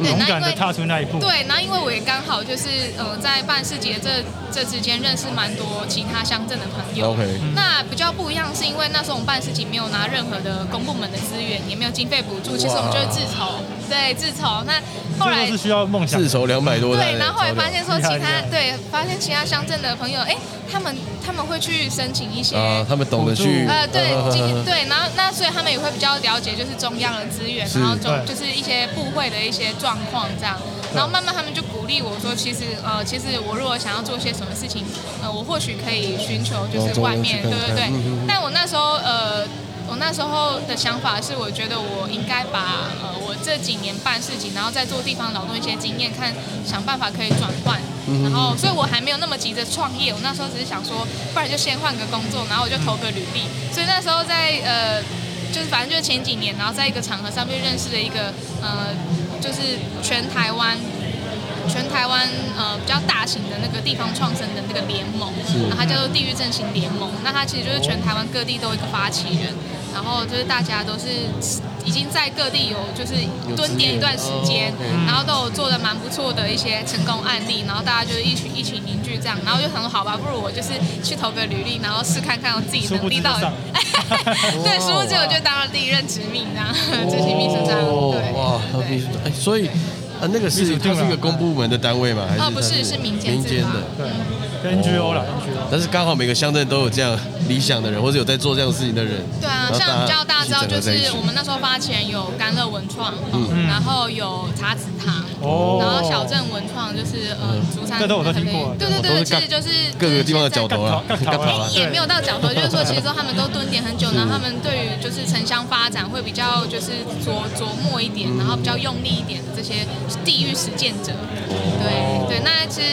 Speaker 3: 对，
Speaker 1: 勇
Speaker 3: 那
Speaker 1: 敢
Speaker 3: 因
Speaker 1: 的
Speaker 3: 为
Speaker 1: 踏出那一步。
Speaker 3: 对，然后因为我也刚好就是呃在办市集的这这之间认识蛮多其他乡镇的朋友。
Speaker 2: OK
Speaker 3: 那比较不一样是因为那时候我们办事情没有拿任何的公部门的资源，也没有经费补助，其实我们就是自筹，对，自筹。那后来
Speaker 1: 这都是需要梦想
Speaker 2: 自。筹两百多单哎
Speaker 3: 对，然后后来发现说
Speaker 1: 厉
Speaker 3: 其
Speaker 1: 害
Speaker 3: 他
Speaker 1: 厉害
Speaker 3: 对，发现其他乡镇的朋友，哎，他们他们会去申请一些。
Speaker 2: 啊，他们懂得去
Speaker 3: 呃，对， 今
Speaker 2: 啊
Speaker 3: 对，然后那所以他们也会比较了解，就是中央的资源，
Speaker 2: 是
Speaker 3: 然后中
Speaker 1: 对
Speaker 3: 就是一些部会的一些状况这样，然后慢慢他们就鼓励我说，其实呃，其实我如果想要做些什么事情，呃，我或许可以寻求就
Speaker 2: 往
Speaker 3: 是
Speaker 2: 中央
Speaker 3: 外面，
Speaker 2: 去看
Speaker 3: 对
Speaker 2: 看
Speaker 3: 对对
Speaker 2: 嗯嗯嗯。
Speaker 3: 但我那时候呃，我那时候的想法是，我觉得我应该把呃我这几年办事情，然后再做地方劳动一些经验，看想办法可以转换。
Speaker 2: 嗯
Speaker 3: 然后，所以我还没有那么急着创业，我那时候只是想说，不然就先换个工作，然后我就投个履历。所以那时候在呃，就是反正就是前几年，然后在一个场合上面认识了一个呃，就是全台湾全台湾呃比较大型的那个地方创生的那个联盟，然后它叫做地域振兴联盟。那它其实就是全台湾各地都有一个发起人，然后就是大家都是已经在各地有就是蹲点一段时间，然后都有做的蛮不错的一些成功案例，然后大家就是一起一起凝聚这样，然后就想说好吧，不如我就是去投个履历，然后试看看我自己能力到底
Speaker 1: 殊。
Speaker 3: 对，殊不知我就当了第一任执秘这样，执行秘书长。对，
Speaker 2: 哦哇，
Speaker 3: 对
Speaker 2: 你哎所以啊，那个是
Speaker 1: 民主
Speaker 2: 它
Speaker 1: 进
Speaker 2: 是
Speaker 1: 来
Speaker 2: 一个公部门的单位吗？还是
Speaker 3: 啊不是
Speaker 2: 它
Speaker 3: 是民间
Speaker 2: 民
Speaker 3: 自
Speaker 2: 间
Speaker 3: 发
Speaker 2: 的。
Speaker 1: 对跟，NGO 啦，NGO。
Speaker 2: 但是刚好每个乡镇都有这样理想的人，或者有在做这样的事情的人。
Speaker 3: 对啊，
Speaker 2: 然后
Speaker 3: 像比较大家知道，就
Speaker 2: 一起整合在嗯一
Speaker 3: 是
Speaker 2: 起
Speaker 3: 我们那时候发起人有甘乐文创，然后有茶子堂，
Speaker 1: 嗯哦
Speaker 3: 然后小镇文创就是呃竹山，
Speaker 1: 这都我都听过啊
Speaker 3: 对对
Speaker 2: 都是
Speaker 3: 对，其
Speaker 2: 干
Speaker 3: 实就是
Speaker 2: 各个地方的角
Speaker 3: 就是现在
Speaker 2: 头啊，
Speaker 1: 干桃干桃啊
Speaker 2: 啊
Speaker 1: 对
Speaker 3: 也没有到角头，就是说，其实说他们都蹲点很久，然后他们对于就是城乡发展会比较就是琢琢磨一点，然后比较用力一点的这些地域实践者。哦对对，那其实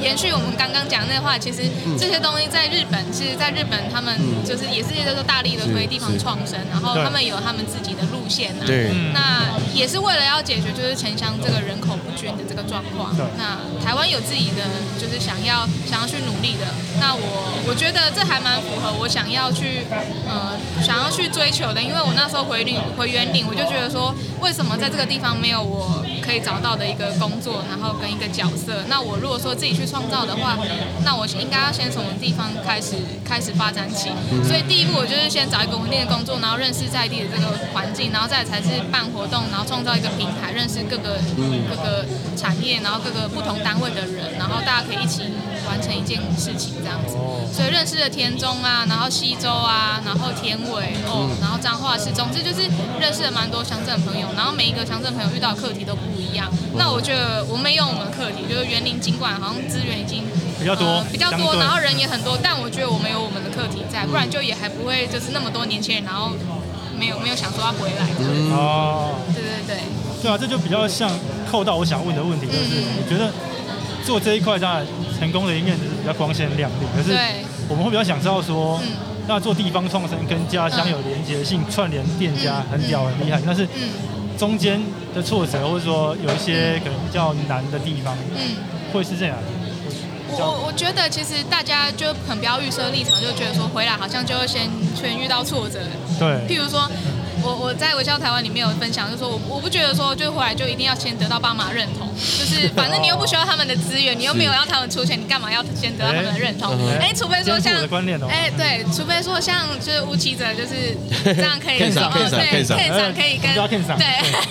Speaker 3: 延续我们刚刚讲的那话，其实这些东西在日本，其实在日本他们就是也是都嗯是大力的推地方创生，然后他们有他们自己的路线啊。
Speaker 2: 对，
Speaker 3: 那也是为了要解决就是城乡这个人口不均的这个状况
Speaker 1: 对。
Speaker 3: 那台湾有自己的就是想要想要去努力的，那我我觉得这还蛮符合我想要去呃想要去追求的，因为我那时候回领回园岭，我就觉得说为什么在这个地方没有我可以找到的一个工作，然后跟一个角色。那我如果说自己去创造的话，那我应该要先从地方开始开始发展起。所以第一步我就是先找一个稳定的工作，然后认识在地的这个环境，然后再来才是办活动，然后创造一个平台，认识各个各个产业，然后各个不同单位的人，然后大家可以一起完成一件事情这样子。所以认识了田中啊，然后西周啊，然后田尾哦，
Speaker 1: 嗯
Speaker 3: 然后彰化市，总之就是认识了蛮多乡镇朋友，然后每一个乡镇朋友遇到的课题都不一样。
Speaker 1: 嗯
Speaker 3: 那我觉得我们也有我们的课题，就是园林尽管好像资源已经
Speaker 1: 比较多
Speaker 3: 呃比较
Speaker 1: 相
Speaker 3: 多，
Speaker 1: 对嗯
Speaker 3: 然后人也很多，但我觉得我们有我们的课题在，不然就也还不会就是那么多年轻人，然后没有没有想说要回来这样。
Speaker 1: 哦，
Speaker 3: 对对对。
Speaker 1: 对啊，这就比较像扣到我想问的问题，就是你
Speaker 3: 嗯
Speaker 1: 觉得做这一块当然成功的一面就是比较光鲜亮丽，可是
Speaker 3: 对
Speaker 1: 我们会比较想知道说
Speaker 3: 嗯，
Speaker 1: 那做地方创生跟家乡有连结性，串联店家很屌很厉害，但是
Speaker 3: 嗯
Speaker 1: 中间的挫折或者说有一些可能比较难的地方，
Speaker 3: 嗯。
Speaker 1: 会是这样。
Speaker 3: 我我我觉得其实大家就很不要预设立场，就觉得说回来好像就会先先遇到挫折。
Speaker 1: 对，
Speaker 3: 譬如说，我我在微笑台湾里面有分享，就说我我不觉得说就回来就一定要先得到爸妈认同，就是反正你又不需要他们的资源，你又没有要他们出钱，你干嘛要先得到他们的认同？哎、除非
Speaker 1: 颠
Speaker 3: 说
Speaker 1: 覆
Speaker 3: 像
Speaker 1: 我的观念哦
Speaker 3: 哎、对，除非说像就是吴奇哲就是这样可以
Speaker 2: Ken
Speaker 3: 说
Speaker 2: 赏
Speaker 3: 哦
Speaker 2: Ken 赏 Ken
Speaker 3: 对
Speaker 2: 赏
Speaker 3: Ken 赏可以
Speaker 1: 我们叫 Ken
Speaker 3: 跟
Speaker 1: 赏
Speaker 3: 对，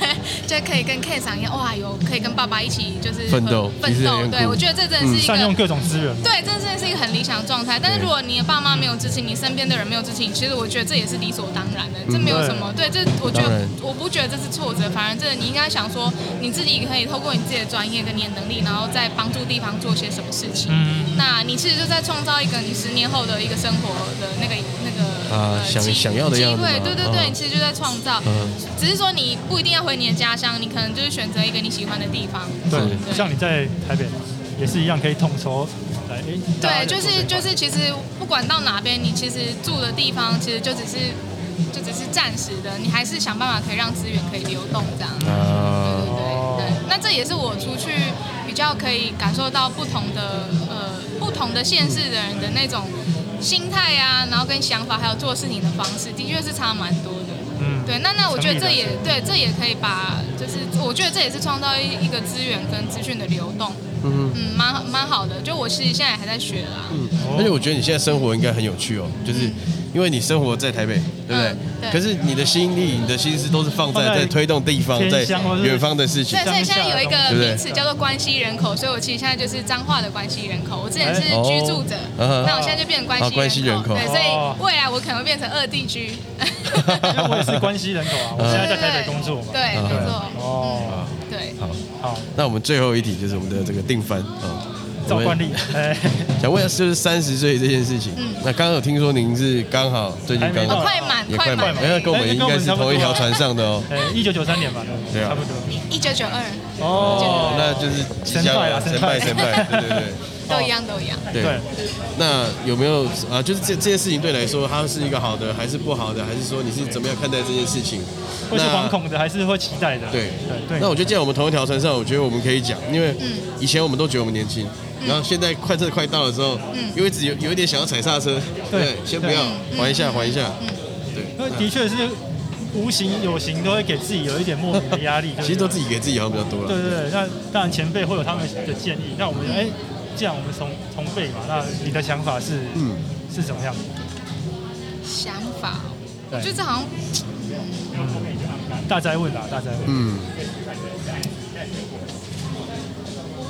Speaker 3: 就可以跟 K 赏一样，哇有可以跟爸爸一起就是
Speaker 2: 奋斗其
Speaker 3: 奋
Speaker 2: 实也
Speaker 3: 斗
Speaker 2: 很，
Speaker 3: 对
Speaker 2: 酷
Speaker 3: 我觉得这真的是一个
Speaker 1: 嗯善用各种资源。
Speaker 3: 对，这真的是一个很理想的状态。但是如果你的爸妈没有支持你，身边的人没有支持你，其实我觉得这也是理所当然的，这没有什么。对，这我觉
Speaker 2: 嗯当
Speaker 3: 得
Speaker 2: 然
Speaker 3: 我不觉得这是挫折，反而这你应该想说，你自己可以透过你自己的专业跟你的能力，然后再帮助地方做些什么事情。
Speaker 1: 嗯，
Speaker 3: 那你其实就在创造一个你十年后的一个生活的那个那个
Speaker 2: 啊
Speaker 3: 呃
Speaker 2: 想
Speaker 3: 机
Speaker 2: 想要的样子
Speaker 3: 机会，
Speaker 2: 嘛
Speaker 3: 对对
Speaker 2: 嗯
Speaker 3: 对，你其实就在创造。
Speaker 2: 嗯，
Speaker 3: 只是说你不一定要回你的家乡，你可能就是选择一个你喜欢的地方。嗯
Speaker 1: 对，像你在台北也是一样，可以统筹来。哎
Speaker 3: 对，就是就。是，其实不管到哪边，你其实住的地方其实就只是就只是暂时的，你还是想办法可以让资源可以流动这样。
Speaker 2: 啊
Speaker 3: 对对对对，那这也是我出去比较可以感受到不同的呃不同的县市的人的那种心态啊，然后跟想法，还有做事情的方式，的确是差蛮多的。
Speaker 1: 嗯
Speaker 3: 对，那那我觉得这也
Speaker 1: 成立了
Speaker 3: 对，这也可以把，就是我觉得这也是创造一一个资源跟资讯的流动，
Speaker 2: 嗯
Speaker 3: 嗯，蛮蛮好的。就我其实现在还在学啦，
Speaker 2: 嗯，而且我觉得你现在生活应该很有趣哦，就是因为你生活在台北，对不对？
Speaker 3: 嗯对
Speaker 2: 可是你的心力、你的心思都是放在
Speaker 1: 放在
Speaker 2: 在推动地方、在
Speaker 1: 偏乡或是
Speaker 2: 远方的事情
Speaker 3: 对，。所以现在有一个
Speaker 2: 对不对
Speaker 3: 名词叫做关系人口，所以我其实现在就是彰化的关系人口。我之前是居住者，
Speaker 2: 哎哦
Speaker 3: 那我现在就变成关
Speaker 2: 啊关系
Speaker 3: 系
Speaker 2: 人口
Speaker 3: 对，所
Speaker 1: 哦
Speaker 3: 以未来我可能会变成二地 居。
Speaker 1: 因为我也是关西人口啊，我现在在台北工作嘛。啊
Speaker 3: 对，
Speaker 2: 嗯
Speaker 3: 没错，
Speaker 1: 哦，
Speaker 3: 对。
Speaker 2: 好，
Speaker 1: 好，
Speaker 2: 那我们最后一题就是我们的这个定番啊，
Speaker 1: 照
Speaker 2: 我
Speaker 1: 惯
Speaker 2: 们
Speaker 1: 例，哎，
Speaker 2: 想问一下，就是三十岁这件事情，那刚刚有听说您是刚好最近刚
Speaker 1: 还没到
Speaker 2: 好
Speaker 1: 哦
Speaker 3: 嗯快满，
Speaker 2: 也
Speaker 3: 快
Speaker 2: 快满，
Speaker 3: 满
Speaker 1: 了，
Speaker 2: 哎，跟我们应该是同一条船上的哦。
Speaker 1: 哎，一九九三年吧，
Speaker 2: 对啊
Speaker 1: 差不多。
Speaker 3: 一九九二
Speaker 1: 哦
Speaker 2: 哦，那就是即将了，
Speaker 1: 神
Speaker 2: 神
Speaker 1: 拜啦
Speaker 2: 拜神
Speaker 1: 神
Speaker 2: 拜
Speaker 1: 拜，
Speaker 2: 对对
Speaker 3: 都一样，都一样。
Speaker 2: 对对
Speaker 1: 对。
Speaker 2: 那有没有啊？就是这这件事情对你来说，它是一个好的，还是不好的，还是说你是怎么样看待这件事情？
Speaker 1: 会是
Speaker 2: 那
Speaker 1: 惶恐的，还是会期待的？
Speaker 2: 对
Speaker 1: 对
Speaker 2: 那
Speaker 1: 对
Speaker 2: 我。觉得既然我们同一条船上，我觉得我们可以讲，因为
Speaker 3: 嗯
Speaker 2: 以前我们都觉得我们年轻，然后现在快车快到的时候，
Speaker 3: 嗯
Speaker 2: 因为只有有一点想要踩刹车，对，先不要，缓一下，缓一下，
Speaker 3: 嗯
Speaker 2: 对，
Speaker 1: 因为
Speaker 2: 那。
Speaker 1: 的确是无形有形都会给自己有一点莫名的压力
Speaker 2: 其实都
Speaker 1: 对
Speaker 2: 自己给自己好像比较多
Speaker 1: 对
Speaker 2: 了。
Speaker 1: 对对，那当然前辈会有他们的建议，那我们哎，既然我们同同辈嘛，那你的想法是
Speaker 2: 嗯
Speaker 1: 是怎么样？
Speaker 3: 想法，我
Speaker 1: 对
Speaker 3: 觉得这好像
Speaker 1: 大灾问啦，大灾问。
Speaker 2: 嗯，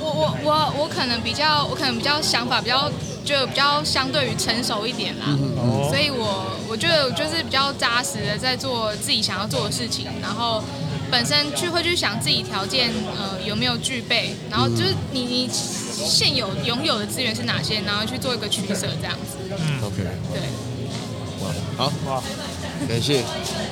Speaker 3: 我我我我可能比较，我可能比较想法比较，就比较相对于成熟一点啦。
Speaker 2: 嗯
Speaker 1: 哦
Speaker 3: 所以我我觉得我就是比较扎实的在做自己想要做的事情，然后本身去会去想自己条件呃有没有具备，然后就是你你现有拥有的资源是哪些，然后去做一个取舍这样子。
Speaker 2: ，OK，
Speaker 3: 对，
Speaker 2: 哇，好，
Speaker 1: 哇，
Speaker 2: 感谢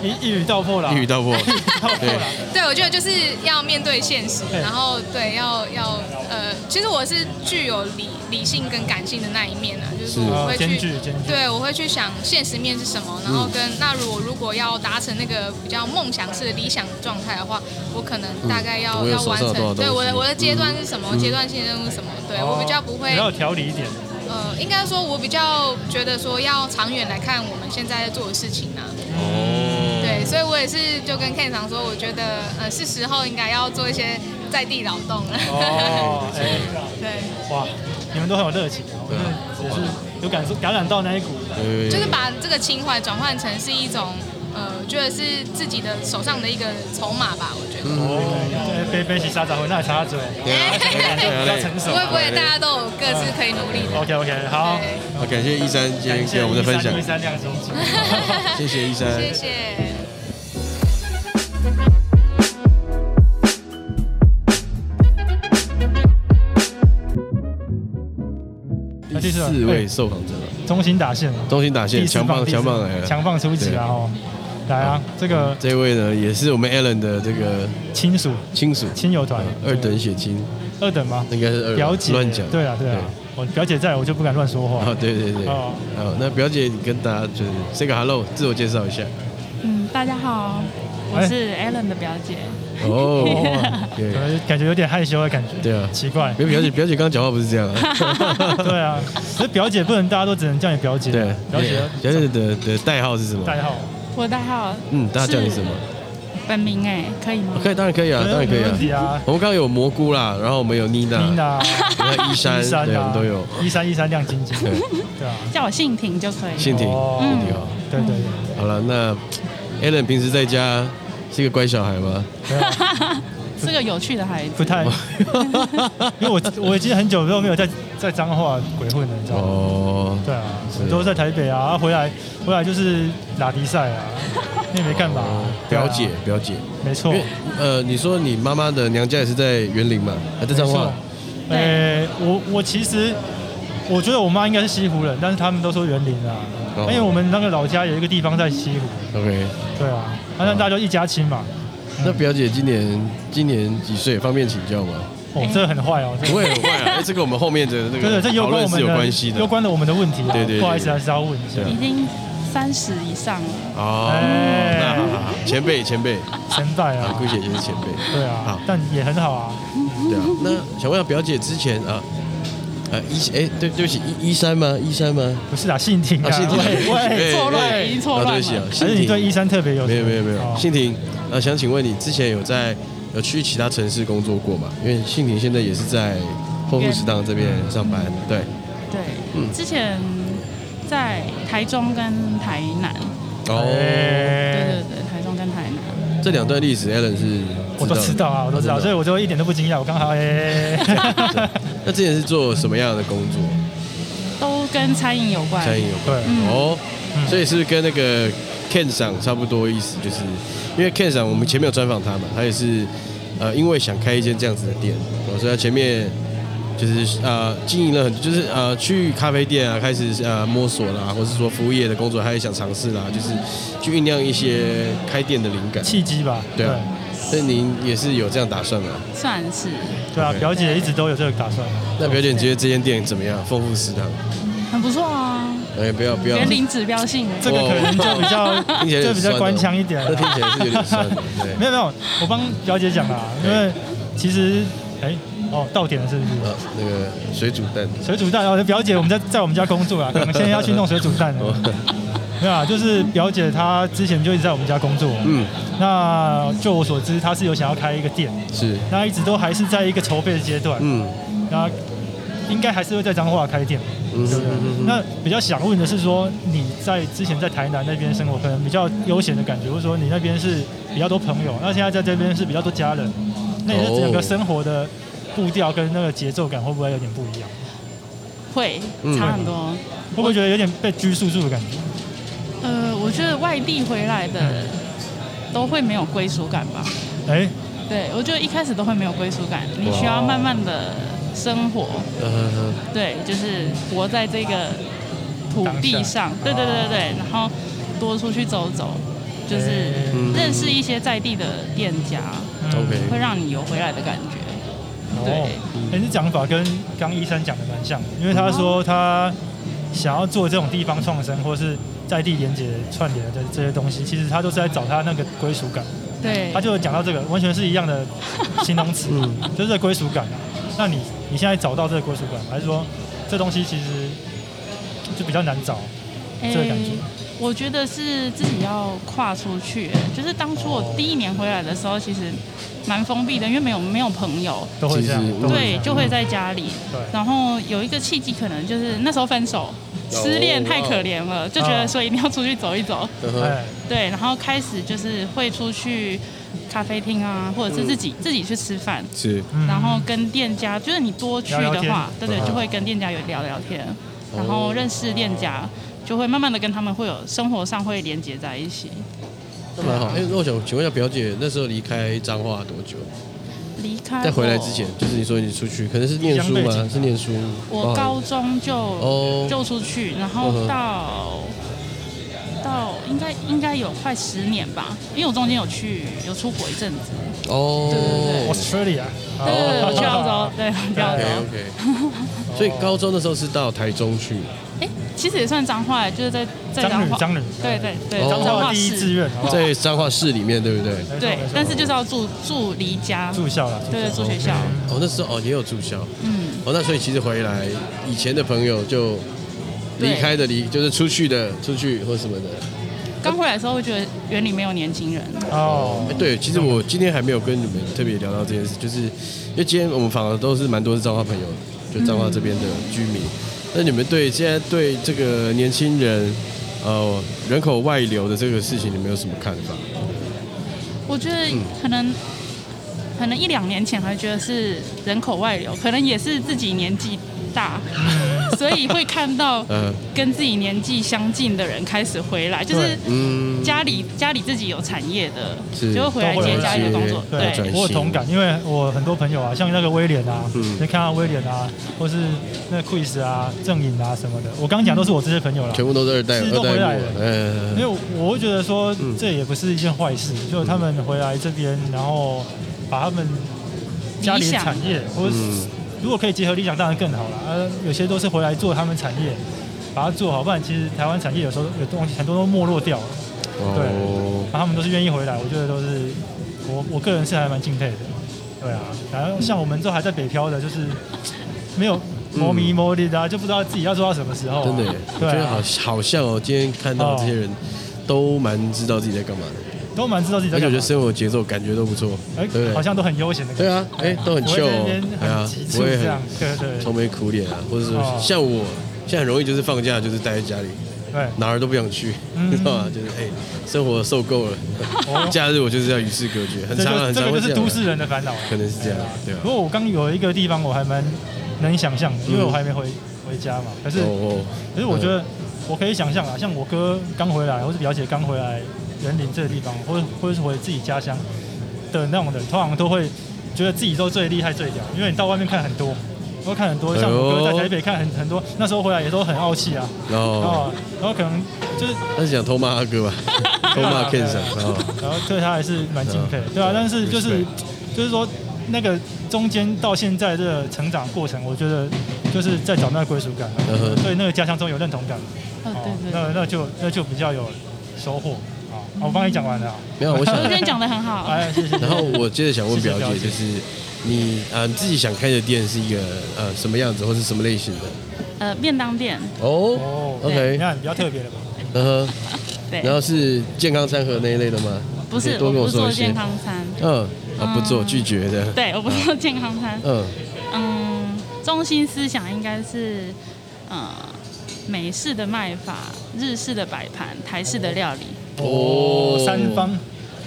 Speaker 1: 一一语道破啦，
Speaker 2: 一语道 破，哦
Speaker 1: 道破
Speaker 2: 对
Speaker 1: 啦。
Speaker 3: 对我觉得就是要面对现实，
Speaker 1: 对
Speaker 3: 然后对要要呃，其实我是具有理理性跟感性的那一面啊，就是说
Speaker 2: 是
Speaker 3: 我会
Speaker 1: 兼
Speaker 3: 去
Speaker 1: 具兼具嗯
Speaker 3: 对，我会去想现实面是什么，然后跟、那如果如果要达成那个比较梦想式的理想状态的话，我可能大概要、
Speaker 2: 嗯我有
Speaker 3: 要
Speaker 2: 手
Speaker 3: 完
Speaker 2: 上有多少
Speaker 3: 成，对
Speaker 2: 东
Speaker 3: 我的
Speaker 2: 西嗯
Speaker 3: 我的阶段是什么，阶段性任务是什么，对、
Speaker 1: 哦
Speaker 3: 我比较不会
Speaker 1: 比较有条理一点。
Speaker 3: 呃，应该说我比较觉得说要长远来看我们现在在做的事情啊，
Speaker 2: 哦，
Speaker 3: 对，所以我也是就跟 Ken 常说，我觉得呃是时候应该要做一些在地劳动了。
Speaker 1: 哦，哎，
Speaker 3: 对，
Speaker 1: 哇，你们都很有热情啊，我
Speaker 2: 对啊
Speaker 1: 是也是有感受感染到那一股。
Speaker 2: 对
Speaker 3: 就是把这个情怀转换成是一种呃，觉得是自己的手上的一个筹码吧，我觉得。
Speaker 2: 嗯
Speaker 1: 哦，哎，背背起沙子回那插嘴，
Speaker 2: 对 啊
Speaker 1: 比较成熟。
Speaker 3: 会不会大家都有各自可以努力的？
Speaker 1: OK OK，好，
Speaker 3: 对，
Speaker 2: 好，感谢一山今天
Speaker 1: 感
Speaker 2: 给
Speaker 1: 谢
Speaker 2: 我们的分享
Speaker 1: 一，三亮手 指。
Speaker 2: 谢谢一山，
Speaker 3: 谢谢。
Speaker 1: 那
Speaker 2: 第
Speaker 1: 第四
Speaker 2: 四位受访者了，
Speaker 1: 中心打线，
Speaker 2: 中心打
Speaker 1: 第
Speaker 2: 线，
Speaker 1: 四
Speaker 2: 强棒
Speaker 1: 第四
Speaker 2: 强棒哎嗯来了，
Speaker 1: 强棒出击啊！哦，来啊，这个
Speaker 2: 这位呢也是我们 Alan 的这个
Speaker 1: 亲属
Speaker 2: 亲属，
Speaker 1: 亲友团
Speaker 2: 嗯二等血亲，
Speaker 1: 二等吗？
Speaker 2: 应该是二
Speaker 1: 表姐，
Speaker 2: 乱讲，
Speaker 1: 对啊对啊，我表姐在我就不敢乱说
Speaker 2: 哦
Speaker 1: 话。
Speaker 2: 对对对，
Speaker 1: 哦
Speaker 2: 好，那表姐你跟大家就是 say 个 hello，自我介绍一下。
Speaker 6: 嗯，大家
Speaker 2: 嗯哎
Speaker 6: 好，
Speaker 1: 哎
Speaker 6: 我是 Alan 的表姐。
Speaker 2: 哦，对
Speaker 1: 呃感觉有点害羞的感觉，
Speaker 2: 对啊，
Speaker 1: 奇怪。
Speaker 2: 表表姐表姐刚刚讲话不是这样啊，
Speaker 1: 对啊，可是表姐不能大家都只能叫你表姐，
Speaker 2: 对，啊
Speaker 1: 表姐
Speaker 2: 表姐的的代号是什么？
Speaker 1: 代号。
Speaker 6: 我代号
Speaker 2: 嗯，大家叫你什么？
Speaker 6: 本名哎，可以吗？
Speaker 2: 可以，当然可以啊，当然可以
Speaker 1: 没问题
Speaker 2: 啊。
Speaker 1: 啊。
Speaker 2: 我们刚刚有蘑菇啦，然后我们有妮娜，
Speaker 1: 妮娜，
Speaker 2: 然后一山，
Speaker 1: 一三
Speaker 2: 嗯对，我
Speaker 1: 啊
Speaker 2: 们都有。
Speaker 1: 一三一三亮晶晶，
Speaker 2: 对，
Speaker 1: 对啊，
Speaker 6: 叫我信婷就可以。
Speaker 2: 信婷，
Speaker 1: 哦
Speaker 2: 信婷好。
Speaker 1: 对对对，
Speaker 2: 好了，那 Alan 平时在家是一个乖小孩吗？
Speaker 1: 没有
Speaker 6: 是个有趣的孩子。
Speaker 1: 啊不太，因为我我已经很久都没有在在彰化鬼混了，你知道吗？
Speaker 2: 哦，
Speaker 1: 对啊
Speaker 2: 是，
Speaker 1: 都在台北啊，啊回来回来就是拉迪赛啊，你也没干嘛
Speaker 2: 哦，
Speaker 1: 对啊
Speaker 2: 表姐，表姐，
Speaker 1: 没
Speaker 2: 因
Speaker 1: 错，
Speaker 2: 为呃，你说你妈妈的娘家也是在园林嘛，还在彰化，
Speaker 1: 没错，呃，我我其实我觉得我妈应该是西湖人，但是他们都说园林啊，
Speaker 2: 哦
Speaker 1: 因为我们那个老家有一个地方在西湖，
Speaker 2: ？OK，
Speaker 1: 对啊，啊那大家就一家亲嘛，
Speaker 2: 那表姐今年今年几岁？方便请教吗？
Speaker 1: 哦，这个很坏哦，这个
Speaker 2: 不会 很坏啊，这个我们后面的那
Speaker 1: 对
Speaker 2: 个
Speaker 1: 对，这攸关
Speaker 2: 讨论
Speaker 1: 我
Speaker 2: 是
Speaker 1: 们
Speaker 2: 有
Speaker 1: 的
Speaker 2: 关系的
Speaker 1: 攸关的我们的问题啊，
Speaker 2: 对对对
Speaker 1: 不好意思，还是要问一下
Speaker 2: 对啊
Speaker 6: 已经三十以上了，
Speaker 2: 哦。
Speaker 1: 哎
Speaker 2: 那好好好前辈前辈，
Speaker 1: 前代
Speaker 2: 啊，
Speaker 1: 啊，
Speaker 2: 姑姐也是前辈，
Speaker 1: 对
Speaker 2: 好
Speaker 1: 啊，但也很好啊，
Speaker 2: 对啊。那想问下表姐之前啊。呃，一哎，对，对不起，一一三吗？一三吗？
Speaker 1: 不是啊，信挺啊，
Speaker 2: 啊，信婷，
Speaker 1: 喂
Speaker 2: 哎
Speaker 1: 喂，
Speaker 6: 错乱
Speaker 2: 哎
Speaker 6: 已经错乱了
Speaker 2: 啊对不起啊，
Speaker 1: 还
Speaker 2: 信
Speaker 1: 是你
Speaker 2: 婷，
Speaker 1: 对一三特别有什么？
Speaker 2: 没有没有没有，
Speaker 1: 哦
Speaker 2: 信婷，呃，想请问你之前有在有去其他城市工作过吗？因为信婷现在也是在后副食堂这边上班，对，
Speaker 6: 对，
Speaker 2: 嗯
Speaker 6: 之前在台中跟台南，
Speaker 2: 哦，
Speaker 6: 对
Speaker 1: 哎
Speaker 6: 对对，台中跟台南，
Speaker 2: 这两段历史 Alan 是
Speaker 1: 我都知
Speaker 2: 知
Speaker 1: 道啊，我都知道，所以
Speaker 2: 以
Speaker 1: 我就一点都不惊讶。我刚好哎，
Speaker 2: 那之前是做什么样的工作？
Speaker 6: 都跟餐饮有关。
Speaker 2: 餐饮有关
Speaker 1: 哎对，
Speaker 2: 哦，
Speaker 1: 嗯
Speaker 2: 所以是不是跟那个 Ken 赏差不多意思，就是因为 Ken 赏我们前面有专访他嘛，他也是呃因为想开一间这样子的店，哦所以他前面就是呃经营了很就是呃去咖啡店啊开始呃摸索啦，或是说服务业的工作，他也想尝试啦，就是去酝酿一些开店的灵感。
Speaker 1: 契机吧，
Speaker 2: 对啊，所以您也是有这样打算吗？
Speaker 6: 算是
Speaker 1: 对啊，
Speaker 2: OK
Speaker 1: 表姐一直都有这个打算。
Speaker 2: 那表姐，你觉得这间店怎么样？丰富食堂？
Speaker 6: 很不错啊，
Speaker 2: 哎，不要不要，
Speaker 6: 园林指标性的。
Speaker 1: 这个可能就比较
Speaker 2: 听起来
Speaker 1: 就
Speaker 2: 有点
Speaker 1: 比较
Speaker 2: 酸哦
Speaker 1: 官腔一点啊
Speaker 2: 那听起来是有点酸的。对
Speaker 1: 没有没有，我帮表姐讲啦，因为其实哎哦到点了是不是？
Speaker 2: 啊，那个水煮蛋，
Speaker 1: 水煮蛋哦，表姐我们在在我们家工作啊，可能现在要去弄水煮蛋
Speaker 2: 哦
Speaker 1: 了。没有啊，就是表姐她之前就一直在我们家工作，
Speaker 2: 嗯，
Speaker 1: 那就我所知，她是有想要开一个店，
Speaker 2: 是，
Speaker 1: 那一直都还是在一个筹备的阶段，
Speaker 2: 嗯，
Speaker 1: 那应该还是会在彰化开店，
Speaker 2: 嗯
Speaker 1: 对不对
Speaker 2: 嗯嗯嗯？
Speaker 1: 那比较想问的是说，你在之前在台南那边生活，可能比较悠闲的感觉，或者说你那边是比较多朋友，那现在在这边是比较多家人，那你的整个
Speaker 2: 哦
Speaker 1: 生活的步调跟那个节奏感会不会有点不一样？
Speaker 6: 会
Speaker 2: 嗯
Speaker 6: 差很多。
Speaker 1: 会不会觉得有点被拘束住的感觉？
Speaker 6: 呃，我觉得外地回来的都会没有归属感吧。
Speaker 1: 哎，
Speaker 6: 对，我觉得一开始都会没有归属感，你需要慢慢的生活，
Speaker 2: 呃，
Speaker 6: 对，就是活在这个土地
Speaker 1: 当
Speaker 6: 上
Speaker 1: 下，
Speaker 6: 对对对对对，然后多出去走走，就是
Speaker 2: 嗯
Speaker 6: 认识一些在地的店家，
Speaker 1: 嗯
Speaker 2: OK
Speaker 6: 会让你有回来的感觉。
Speaker 1: 哦，哎，你讲法跟刚医生讲的蛮像的，因为他说他想要做这种地方创生或是在地连接串联的这些东西，其实他都是在找他那个归属感。
Speaker 6: 对
Speaker 1: 他，就有讲到这个，完全是一样的形容词，
Speaker 2: 嗯
Speaker 1: 就是归属感啊。那你你现在找到这个归属感，还是说这东西其实就比较难找？这个感觉
Speaker 6: 诶我觉得是自己要跨出去、就是当初我第一年回来的时候，其实蛮封闭的，因为没有没有朋友，
Speaker 1: 都会这样
Speaker 2: 其实，
Speaker 1: 都会这
Speaker 6: 对，
Speaker 1: 样
Speaker 6: 就会在家里。
Speaker 1: 对
Speaker 6: 然后有一个契机，可能就是那时候分手，失恋太可怜
Speaker 1: 哦
Speaker 6: 了，就觉得说一定要出去走一走。
Speaker 2: 嗯哼
Speaker 1: 哎，
Speaker 6: 对，然后开始就是会出去咖啡厅啊，或者是自己、自己去吃饭，
Speaker 2: 是，
Speaker 1: 嗯
Speaker 6: 然后跟店家，就是你多去
Speaker 1: 聊
Speaker 6: 的
Speaker 1: 聊天
Speaker 6: 话，对对，就会跟店家有聊聊天，
Speaker 2: 嗯
Speaker 6: 然后认识店家，就会慢慢的跟他们会有生活上会连接在一起。
Speaker 2: 那蛮好。哎，那我想请问一下表姐，那时候离开彰化多久？
Speaker 6: 离开
Speaker 2: 在回来
Speaker 6: 我
Speaker 2: 之前，，就是你说你出去，可能是念书
Speaker 1: 一样背
Speaker 2: 吗？
Speaker 1: 景
Speaker 2: 是念书？
Speaker 6: 我高中就、
Speaker 2: 哦
Speaker 6: 就出去，然后
Speaker 2: 嗯哼
Speaker 6: 到、到应该应该有快十年吧，因为我中间有去有出国一阵子，
Speaker 2: 哦，
Speaker 1: Australia，
Speaker 6: 对对对，
Speaker 2: 哦
Speaker 6: 我去澳洲，对，我去澳洲。
Speaker 2: OK OK。所以高中的时候是到台中去，
Speaker 6: 哎、其实也算脏话，就是在在
Speaker 1: 张
Speaker 6: 彰
Speaker 1: 女
Speaker 6: 化，
Speaker 1: 张女，
Speaker 6: 对对对，
Speaker 2: 哦
Speaker 1: 彰
Speaker 6: 彰
Speaker 1: 化
Speaker 6: 化
Speaker 1: 的第一志
Speaker 6: 市，
Speaker 1: 愿，好不好
Speaker 2: 在彰化市里面，对不对？
Speaker 1: 没错
Speaker 6: 对
Speaker 1: 没错，
Speaker 6: 但是就是要住住离家，
Speaker 1: 住校了，
Speaker 6: 对对，住学校，
Speaker 2: 哦，那时候哦也有住校，
Speaker 6: 嗯，
Speaker 2: 哦，那所以其实回来以前的朋友就
Speaker 6: 对
Speaker 2: 离开的离，就是出去的出去或什么的。
Speaker 6: 刚回来的时候会觉得园里没有年轻人，
Speaker 1: 哦
Speaker 2: 哎，，对，其实我今天还没有跟你们特别聊到这件事，就是因为今天我们访的都是蛮多是彰化朋友，就彰化这边的居民。
Speaker 6: 嗯
Speaker 2: 那你们对现在对这个年轻人，呃，人口外流的这个事情，你们有什么看法？
Speaker 6: 我觉得可能。可能一两年前还觉得是人口外流，可能也是自己年纪 大，所以会看到
Speaker 2: 呃，
Speaker 6: 跟自己年纪相近的人开始回来，就是
Speaker 1: 对
Speaker 2: 嗯，
Speaker 6: 家里家里自己有产业的，
Speaker 2: 是
Speaker 6: 就会回来
Speaker 1: 都会
Speaker 6: 接
Speaker 1: 有
Speaker 6: 家里的工作
Speaker 2: 一些，
Speaker 6: 对
Speaker 2: 转型
Speaker 1: 对，我有同感，因为我很多朋友啊，像那个威廉啊，
Speaker 2: 嗯
Speaker 1: 你看到威廉啊，或是那个 Chris 啊、郑颖啊什么的，我刚刚讲都是我这些朋友啦，
Speaker 2: 全部都是二代，
Speaker 1: 是
Speaker 2: 二
Speaker 1: 都回来
Speaker 2: 代
Speaker 1: 了
Speaker 2: 目，呃
Speaker 1: 因为，我会觉得说，
Speaker 2: 嗯
Speaker 1: 这也不是一件坏事，就他们回来这边，然后把他们家里的产业，或者是
Speaker 2: 嗯
Speaker 1: 如果可以结合理想，当然更好了。呃，有些都是回来做他们产业，把它做好，不然其实台湾产业有时候有东西很多都没落掉了。
Speaker 2: 哦，
Speaker 1: 然后他们都是愿意回来，我觉得都是我我个人是还蛮敬佩的。对啊，然后像我们这还在北漂的，就是没有磨迷磨力的、啊，就不知道自己要做到什么时候啊、
Speaker 2: 嗯真的耶，我
Speaker 1: 对
Speaker 2: 觉得
Speaker 1: 啊
Speaker 2: 好好像哦，今天看到这些人都蛮知道自己在干嘛的，
Speaker 1: 都蛮知道自己在
Speaker 2: 而且我
Speaker 1: 干
Speaker 2: 觉
Speaker 1: 嘛
Speaker 2: 得。生活节奏感觉都不错，对
Speaker 1: 哎
Speaker 2: 不对？
Speaker 1: 好像都很悠闲的感
Speaker 2: 对
Speaker 1: 觉，
Speaker 2: 啊，哎，都很
Speaker 1: 不会
Speaker 2: chill，
Speaker 1: 在那边
Speaker 2: 哦哎
Speaker 1: 很
Speaker 2: 呀
Speaker 1: 急，
Speaker 2: 不
Speaker 1: 促
Speaker 2: 会
Speaker 1: 这
Speaker 2: 很
Speaker 1: 样，对对
Speaker 2: 愁眉苦脸啊，或者是
Speaker 1: 哦
Speaker 2: 像我现在很容易就是放假就是待在家里，
Speaker 1: 对，
Speaker 2: 哪儿都不想去，
Speaker 1: 嗯 哦
Speaker 2: 你知道吗？就是哎，生活受够了， 假日我就是要与世隔绝，很
Speaker 1: 这
Speaker 2: 长啊
Speaker 1: 就
Speaker 2: 很
Speaker 1: 这个
Speaker 2: 长会
Speaker 1: 就
Speaker 2: 这
Speaker 1: 是
Speaker 2: 样啊
Speaker 1: 都市人的烦恼啊。
Speaker 2: 可能是这样，对吧
Speaker 1: 不？过我刚有一个地方我还蛮能想象，因为我还没回回家嘛，可是
Speaker 2: 嗯哦
Speaker 1: 可是我觉得我可以想象啊，像我哥刚回来，或是表姐刚回来园林这个地方，或者或者是回自己家乡的那种人，通常都会觉得自己都最厉害最屌，因为你到外面看很多，都看很多，像我哥
Speaker 2: 哎
Speaker 1: 在
Speaker 2: 呦
Speaker 1: 台北看很很多，那时候回来也都很傲气啊，
Speaker 2: 哦哦，
Speaker 1: 啊，然后可能就是
Speaker 2: 他是想偷骂阿哥 吧？偷骂
Speaker 1: 啊
Speaker 2: Ken 上，哦
Speaker 1: 然后对他还是蛮敬佩的，对啊，但是就是
Speaker 2: Respect
Speaker 1: 就是说那个中间到现在这个成长过程，我觉得就是在找那个归属感，啊
Speaker 2: 嗯哼
Speaker 1: 对那个家乡中有认同感，
Speaker 6: 哦
Speaker 1: 哦
Speaker 6: 对对对，
Speaker 1: 那那就那就比较有收获啊。好我帮你讲完了啊，
Speaker 2: 没有，我想
Speaker 6: 我觉得你讲的很好，
Speaker 1: 哎， 谢谢。
Speaker 2: 然后我接着想问
Speaker 1: 谢谢
Speaker 2: 表
Speaker 1: 表
Speaker 2: 姐，
Speaker 1: 姐
Speaker 2: 就是你呃你自己想开的店是一个呃什么样子，或是什么类型的？
Speaker 6: 呃，便当店，
Speaker 2: 哦
Speaker 1: 哦
Speaker 2: ，OK，
Speaker 1: 你看比较特别的吧，
Speaker 6: 哦
Speaker 2: 嗯哼，
Speaker 6: 对，
Speaker 2: 然后是健康餐盒那一类的吗？
Speaker 6: 不
Speaker 2: 可
Speaker 6: 是
Speaker 2: 以多
Speaker 6: 我
Speaker 2: 跟
Speaker 6: 不
Speaker 2: 我
Speaker 6: 是
Speaker 2: 说
Speaker 6: 做
Speaker 2: 一些
Speaker 6: 健。康餐，
Speaker 2: 嗯，啊，不做
Speaker 6: 嗯
Speaker 2: 拒绝的。
Speaker 6: 对，我不是做健康餐，
Speaker 2: 嗯，
Speaker 6: 嗯，中心思想应该是，呃，美式的卖法，日式的摆盘，台式的料理，
Speaker 2: 哦
Speaker 1: 三方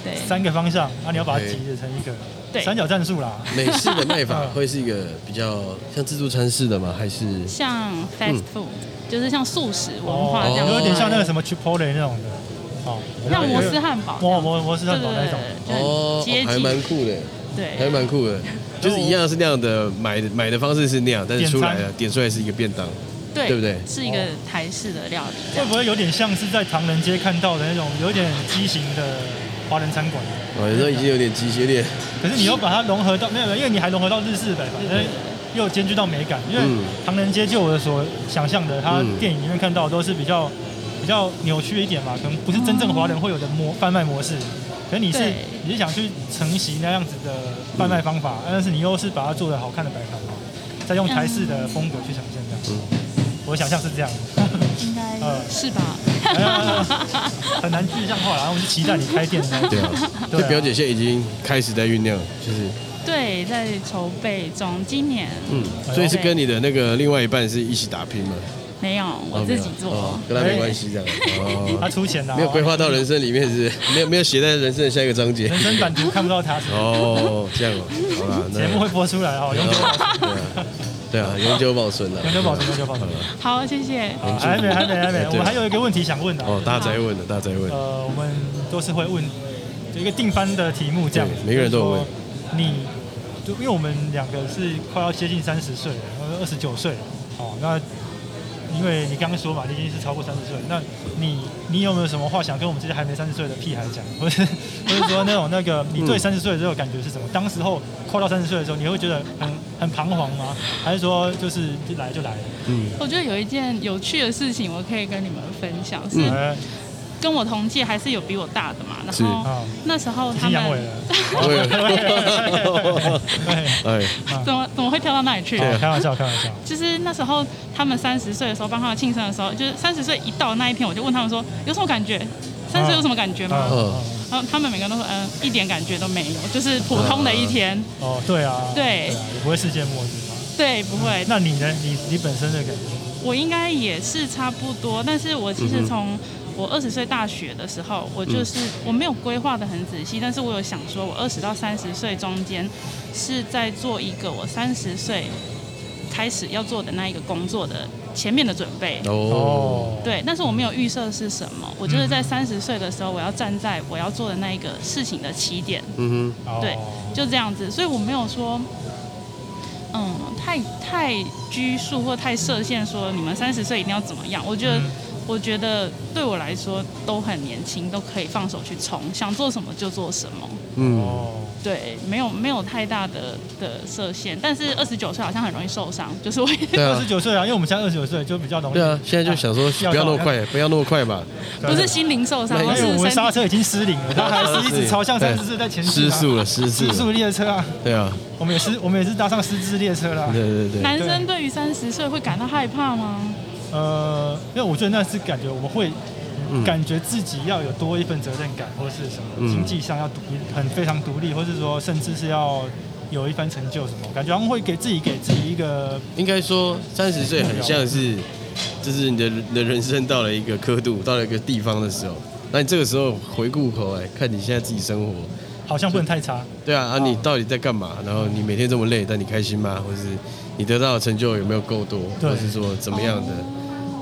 Speaker 6: 对，
Speaker 1: 三个方向，啊，你要把它
Speaker 2: OK
Speaker 1: 集结成一个
Speaker 6: 对，
Speaker 1: 三角战术啦。
Speaker 2: 美式的卖法
Speaker 1: 嗯
Speaker 2: 会是一个比较像自助餐式的吗？还是
Speaker 6: 像 fast
Speaker 2: 嗯
Speaker 6: food，、就是像素食文化这样，
Speaker 1: 哦有点像那个什么 Chipotle 那种的，哦，
Speaker 6: 像摩斯汉堡这
Speaker 1: 摩
Speaker 6: 样，
Speaker 1: 摩摩斯汉堡那种。
Speaker 6: 对对对，就
Speaker 2: 哦
Speaker 6: 是，接
Speaker 2: 还蛮
Speaker 6: 近，
Speaker 2: 酷的，还
Speaker 6: 对，
Speaker 2: 蛮酷的。就是一样是那样的，买的买的方式是那样，但是
Speaker 1: 点
Speaker 2: 出
Speaker 1: 餐
Speaker 2: 来了点出来是一个便当。哦
Speaker 6: 对
Speaker 2: 对不对
Speaker 6: 是一个台式的料理
Speaker 1: 会
Speaker 6: 这样，
Speaker 1: 不会有点像是在唐人街看到的那种有点畸形的华人餐馆？啊
Speaker 2: 哦，有时候已经有点极有点
Speaker 1: 可是你又把它融合到没有，没有因为你还融合到日式的，反正又兼具到美感。因为
Speaker 2: 嗯
Speaker 1: 唐人街就我所想象的，它
Speaker 2: 嗯
Speaker 1: 电影里面看到的都是比较比较扭曲一点嘛，可能不是真正华人会有的模贩卖模式。可是你是
Speaker 6: 对
Speaker 1: 你是想去承袭那样子的贩卖方法，但是你又是把它做的好看的摆盘，再用台式的风格去呈现这样。
Speaker 2: 嗯
Speaker 1: 我想象是这样。
Speaker 6: 应该
Speaker 1: 呃
Speaker 6: 是吧？
Speaker 1: 很难具象化啦，然后我们就期待你开店呢。
Speaker 2: 对啊。
Speaker 1: 对
Speaker 2: 就
Speaker 1: 啊
Speaker 2: 表姐现在已经开始在酝酿，就是
Speaker 6: 对，在筹备中，今年
Speaker 2: 嗯，
Speaker 1: 哎呦
Speaker 2: 所以是跟你的那个另外一半是一起打拼吗？
Speaker 6: 没有我自己做，
Speaker 2: 哦没有哦跟他没关系这样。
Speaker 1: 哎 他
Speaker 2: 哦，
Speaker 1: 出钱啊的，
Speaker 2: 没有规划到人生里面是，没有没有写在人生的下一个章节
Speaker 1: 人。生版图看不到他，
Speaker 2: 哦，这样哦，好啦，那
Speaker 1: 节目会播出来哦，永久保存，
Speaker 2: 对啊，对啊，永久保存了，啊
Speaker 1: 永久保存，永久保存。
Speaker 6: 好，谢谢。
Speaker 1: 好啊还没，还没，还没，我们还有一个问题想问的啊。
Speaker 2: 哎哦，大家在问的，大家在问，
Speaker 1: 呃，我们都是会问有一个定番的题目，这样子
Speaker 2: 对每个人都有问。
Speaker 1: 就是说你就因为我们两个是快要接近三十岁了，二十九岁，哦，那因为你刚刚说嘛，你已经是超过三十岁，那你你有没有什么话想跟我们这些还没三十岁的屁孩讲， 或是或是说那种那个你对
Speaker 2: 嗯
Speaker 1: 三十岁的时候感觉是什么？当时候快到三十岁的时候，你会觉得很很彷徨吗？还是说就是一来就来了？
Speaker 2: 嗯，
Speaker 6: 我觉得有一件有趣的事情，我可以跟你们分享，是
Speaker 2: 嗯
Speaker 1: 哎
Speaker 6: 跟我同届还是有比我大的嘛，然
Speaker 2: 是
Speaker 6: 后
Speaker 1: 啊，
Speaker 6: 那时候
Speaker 1: 已
Speaker 6: 他
Speaker 1: 经阳痿
Speaker 6: 们
Speaker 1: 了，
Speaker 2: 对
Speaker 1: 对。
Speaker 2: 哎，
Speaker 6: 怎么怎么会跳到那里去？
Speaker 1: 好开玩笑，开玩笑。
Speaker 6: 就是那时候他们三十岁的时候，帮他们庆生的时候，就是三十岁一到那一天，我就问他们说有什么感觉？三十岁有什么感觉吗？
Speaker 1: 嗯
Speaker 6: 然后他们每个人都说，嗯，一点感觉都没有，就是普通的一天。
Speaker 1: 哦，对啊，
Speaker 6: 对哎
Speaker 1: 啊，也不会世界末日嘛。
Speaker 6: 对，不会，
Speaker 1: 那你呢？你你本身的感觉？
Speaker 6: 我应该也是差不多，但是我其实从我二十岁大学的时候，我就是我没有规划的很仔细，但是我有想说，我二十到三十岁中间是在做一个我三十岁开始要做的那一个工作的前面的准备。
Speaker 2: 哦，，
Speaker 6: 对，但是我没有预设是什么，我就是在三十岁的时候，我要站在我要做的那一个事情的起点，
Speaker 2: 嗯
Speaker 1: 哦
Speaker 6: 对，就这样子，所以我没有说，嗯，太太拘束或太设限，说你们三十岁一定要怎么样。我觉得，
Speaker 1: 嗯
Speaker 6: 我觉得对我来说都很年轻，都可以放手去冲，想做什么就做什么。
Speaker 2: 哼，嗯，
Speaker 1: 哦，
Speaker 6: 对，没有没有太大的的设限，但是二十九岁好像很容易受伤，就是我也
Speaker 2: 对
Speaker 1: 二
Speaker 2: 啊
Speaker 1: 十。九岁啊，因为我们现在二十九岁就比较容易。
Speaker 2: 对啊，现在就想说不要那么快，不要那么快吧，
Speaker 6: 不是心灵受伤，
Speaker 2: 没有
Speaker 6: 而
Speaker 1: 因
Speaker 6: 是
Speaker 1: 哎为我们
Speaker 6: 身
Speaker 1: 刹
Speaker 6: 体。
Speaker 1: 车已经失灵了，它还是一直朝向三十岁在前进
Speaker 2: 失
Speaker 1: 啊。
Speaker 2: 速了，失速
Speaker 1: 失速
Speaker 2: 了，
Speaker 1: 列车啊！
Speaker 2: 对啊，
Speaker 1: 我们也是，我们也是搭上失智列车啦。啊
Speaker 2: 对对对，
Speaker 6: 男生对于三十岁会感到害怕吗？
Speaker 1: 呃，因为我觉得那是感觉我们会，我
Speaker 2: 嗯
Speaker 1: 感觉自己要有多一份责任感，或是什么
Speaker 2: 嗯
Speaker 1: 经济上要独很非常独立，或是说甚至是要有一番成就什么，感觉好像会给自己给自己一个
Speaker 2: 应该说三十岁很像是，就是你的你的人生到了一个刻度，到了一个地方的时候，那你这个时候回顾头来看你现在自己生活，
Speaker 1: 好像不能太差，
Speaker 2: 对啊，啊你到底在干嘛？然后你每天这么累，但你开心吗？或是你得到的成就有没有够多，
Speaker 1: 对
Speaker 2: 或是说怎么样的？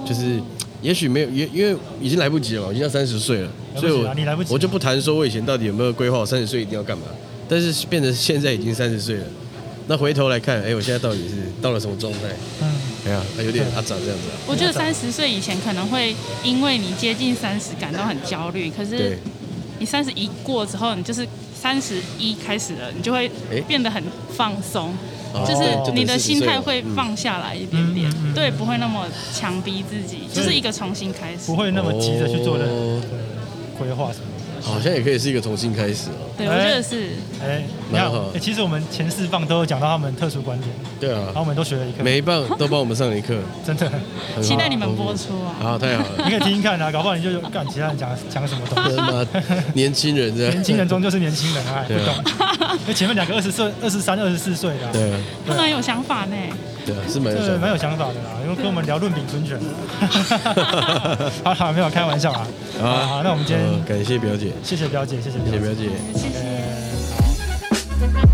Speaker 2: 就是也许没有，也因为已经来不及了嘛，我已经要三十岁了，
Speaker 1: 来不及
Speaker 2: 所
Speaker 1: 了
Speaker 2: 以我
Speaker 1: 你来不及了
Speaker 2: 我就不谈说我以前到底有没有规划，我三十岁一定要干嘛。但是变成现在已经三十岁了，那回头来看，哎、我现在到底是到了什么状态？
Speaker 1: 嗯，
Speaker 2: 哎呀，有点阿长这样子、啊。
Speaker 6: 我觉得三十岁以前可能会因为你接近三十感到很焦虑，可
Speaker 2: 对
Speaker 6: 是，你三十一过之后，你就是三十一开始了，你就会
Speaker 2: 诶
Speaker 6: 变得很放松，
Speaker 2: 哦
Speaker 6: 就是你
Speaker 2: 就等于
Speaker 6: 的心
Speaker 2: 40岁
Speaker 6: 态
Speaker 2: 了
Speaker 6: 会
Speaker 2: 嗯
Speaker 6: 放下来一点点
Speaker 1: 嗯嗯嗯，
Speaker 6: 对，不会那么强逼自己，就是一个重新开始
Speaker 1: 不。会那么急着去做任何
Speaker 2: 哦
Speaker 1: 规划什么。
Speaker 2: 嗯好像也可以是一个重新开始哦。
Speaker 6: 对，我觉得是。
Speaker 1: 哎，你看
Speaker 2: 蛮好，
Speaker 1: 哎其实我们前四棒都有讲到他们特殊观点，
Speaker 2: 对
Speaker 1: 然后
Speaker 2: 啊
Speaker 1: 我，们都学了一课，
Speaker 2: 每一棒都帮我们上了一课，
Speaker 1: 真的，
Speaker 2: 哎很好
Speaker 6: 期待你们播出啊
Speaker 2: 好，太好
Speaker 1: 你
Speaker 2: 了。
Speaker 1: 可以听听看啊，搞不好你就干其他人讲讲什么东
Speaker 2: 真
Speaker 1: 西。
Speaker 2: 的吗？年轻人这样，
Speaker 1: 年轻人中就是年轻人啊，不
Speaker 2: 对啊
Speaker 1: 懂。因为前面两个二十岁、二十三、二十四岁的啊、
Speaker 2: 对啊，
Speaker 6: 他蛮有想法呢，
Speaker 2: 对啊，是蛮有
Speaker 1: 这
Speaker 2: 想
Speaker 1: 蛮
Speaker 2: 法
Speaker 1: 有想法的啦，因为跟我们聊论饼 存权。好啦，没有开玩笑啦。
Speaker 2: 好啊
Speaker 1: 好，那我们今
Speaker 2: 呃
Speaker 1: 天
Speaker 2: 感谢表姐，
Speaker 1: 谢谢表姐，谢谢
Speaker 2: 谢谢
Speaker 1: 表
Speaker 2: 表
Speaker 1: 姐。
Speaker 2: 姐。
Speaker 6: 谢谢。
Speaker 1: 呃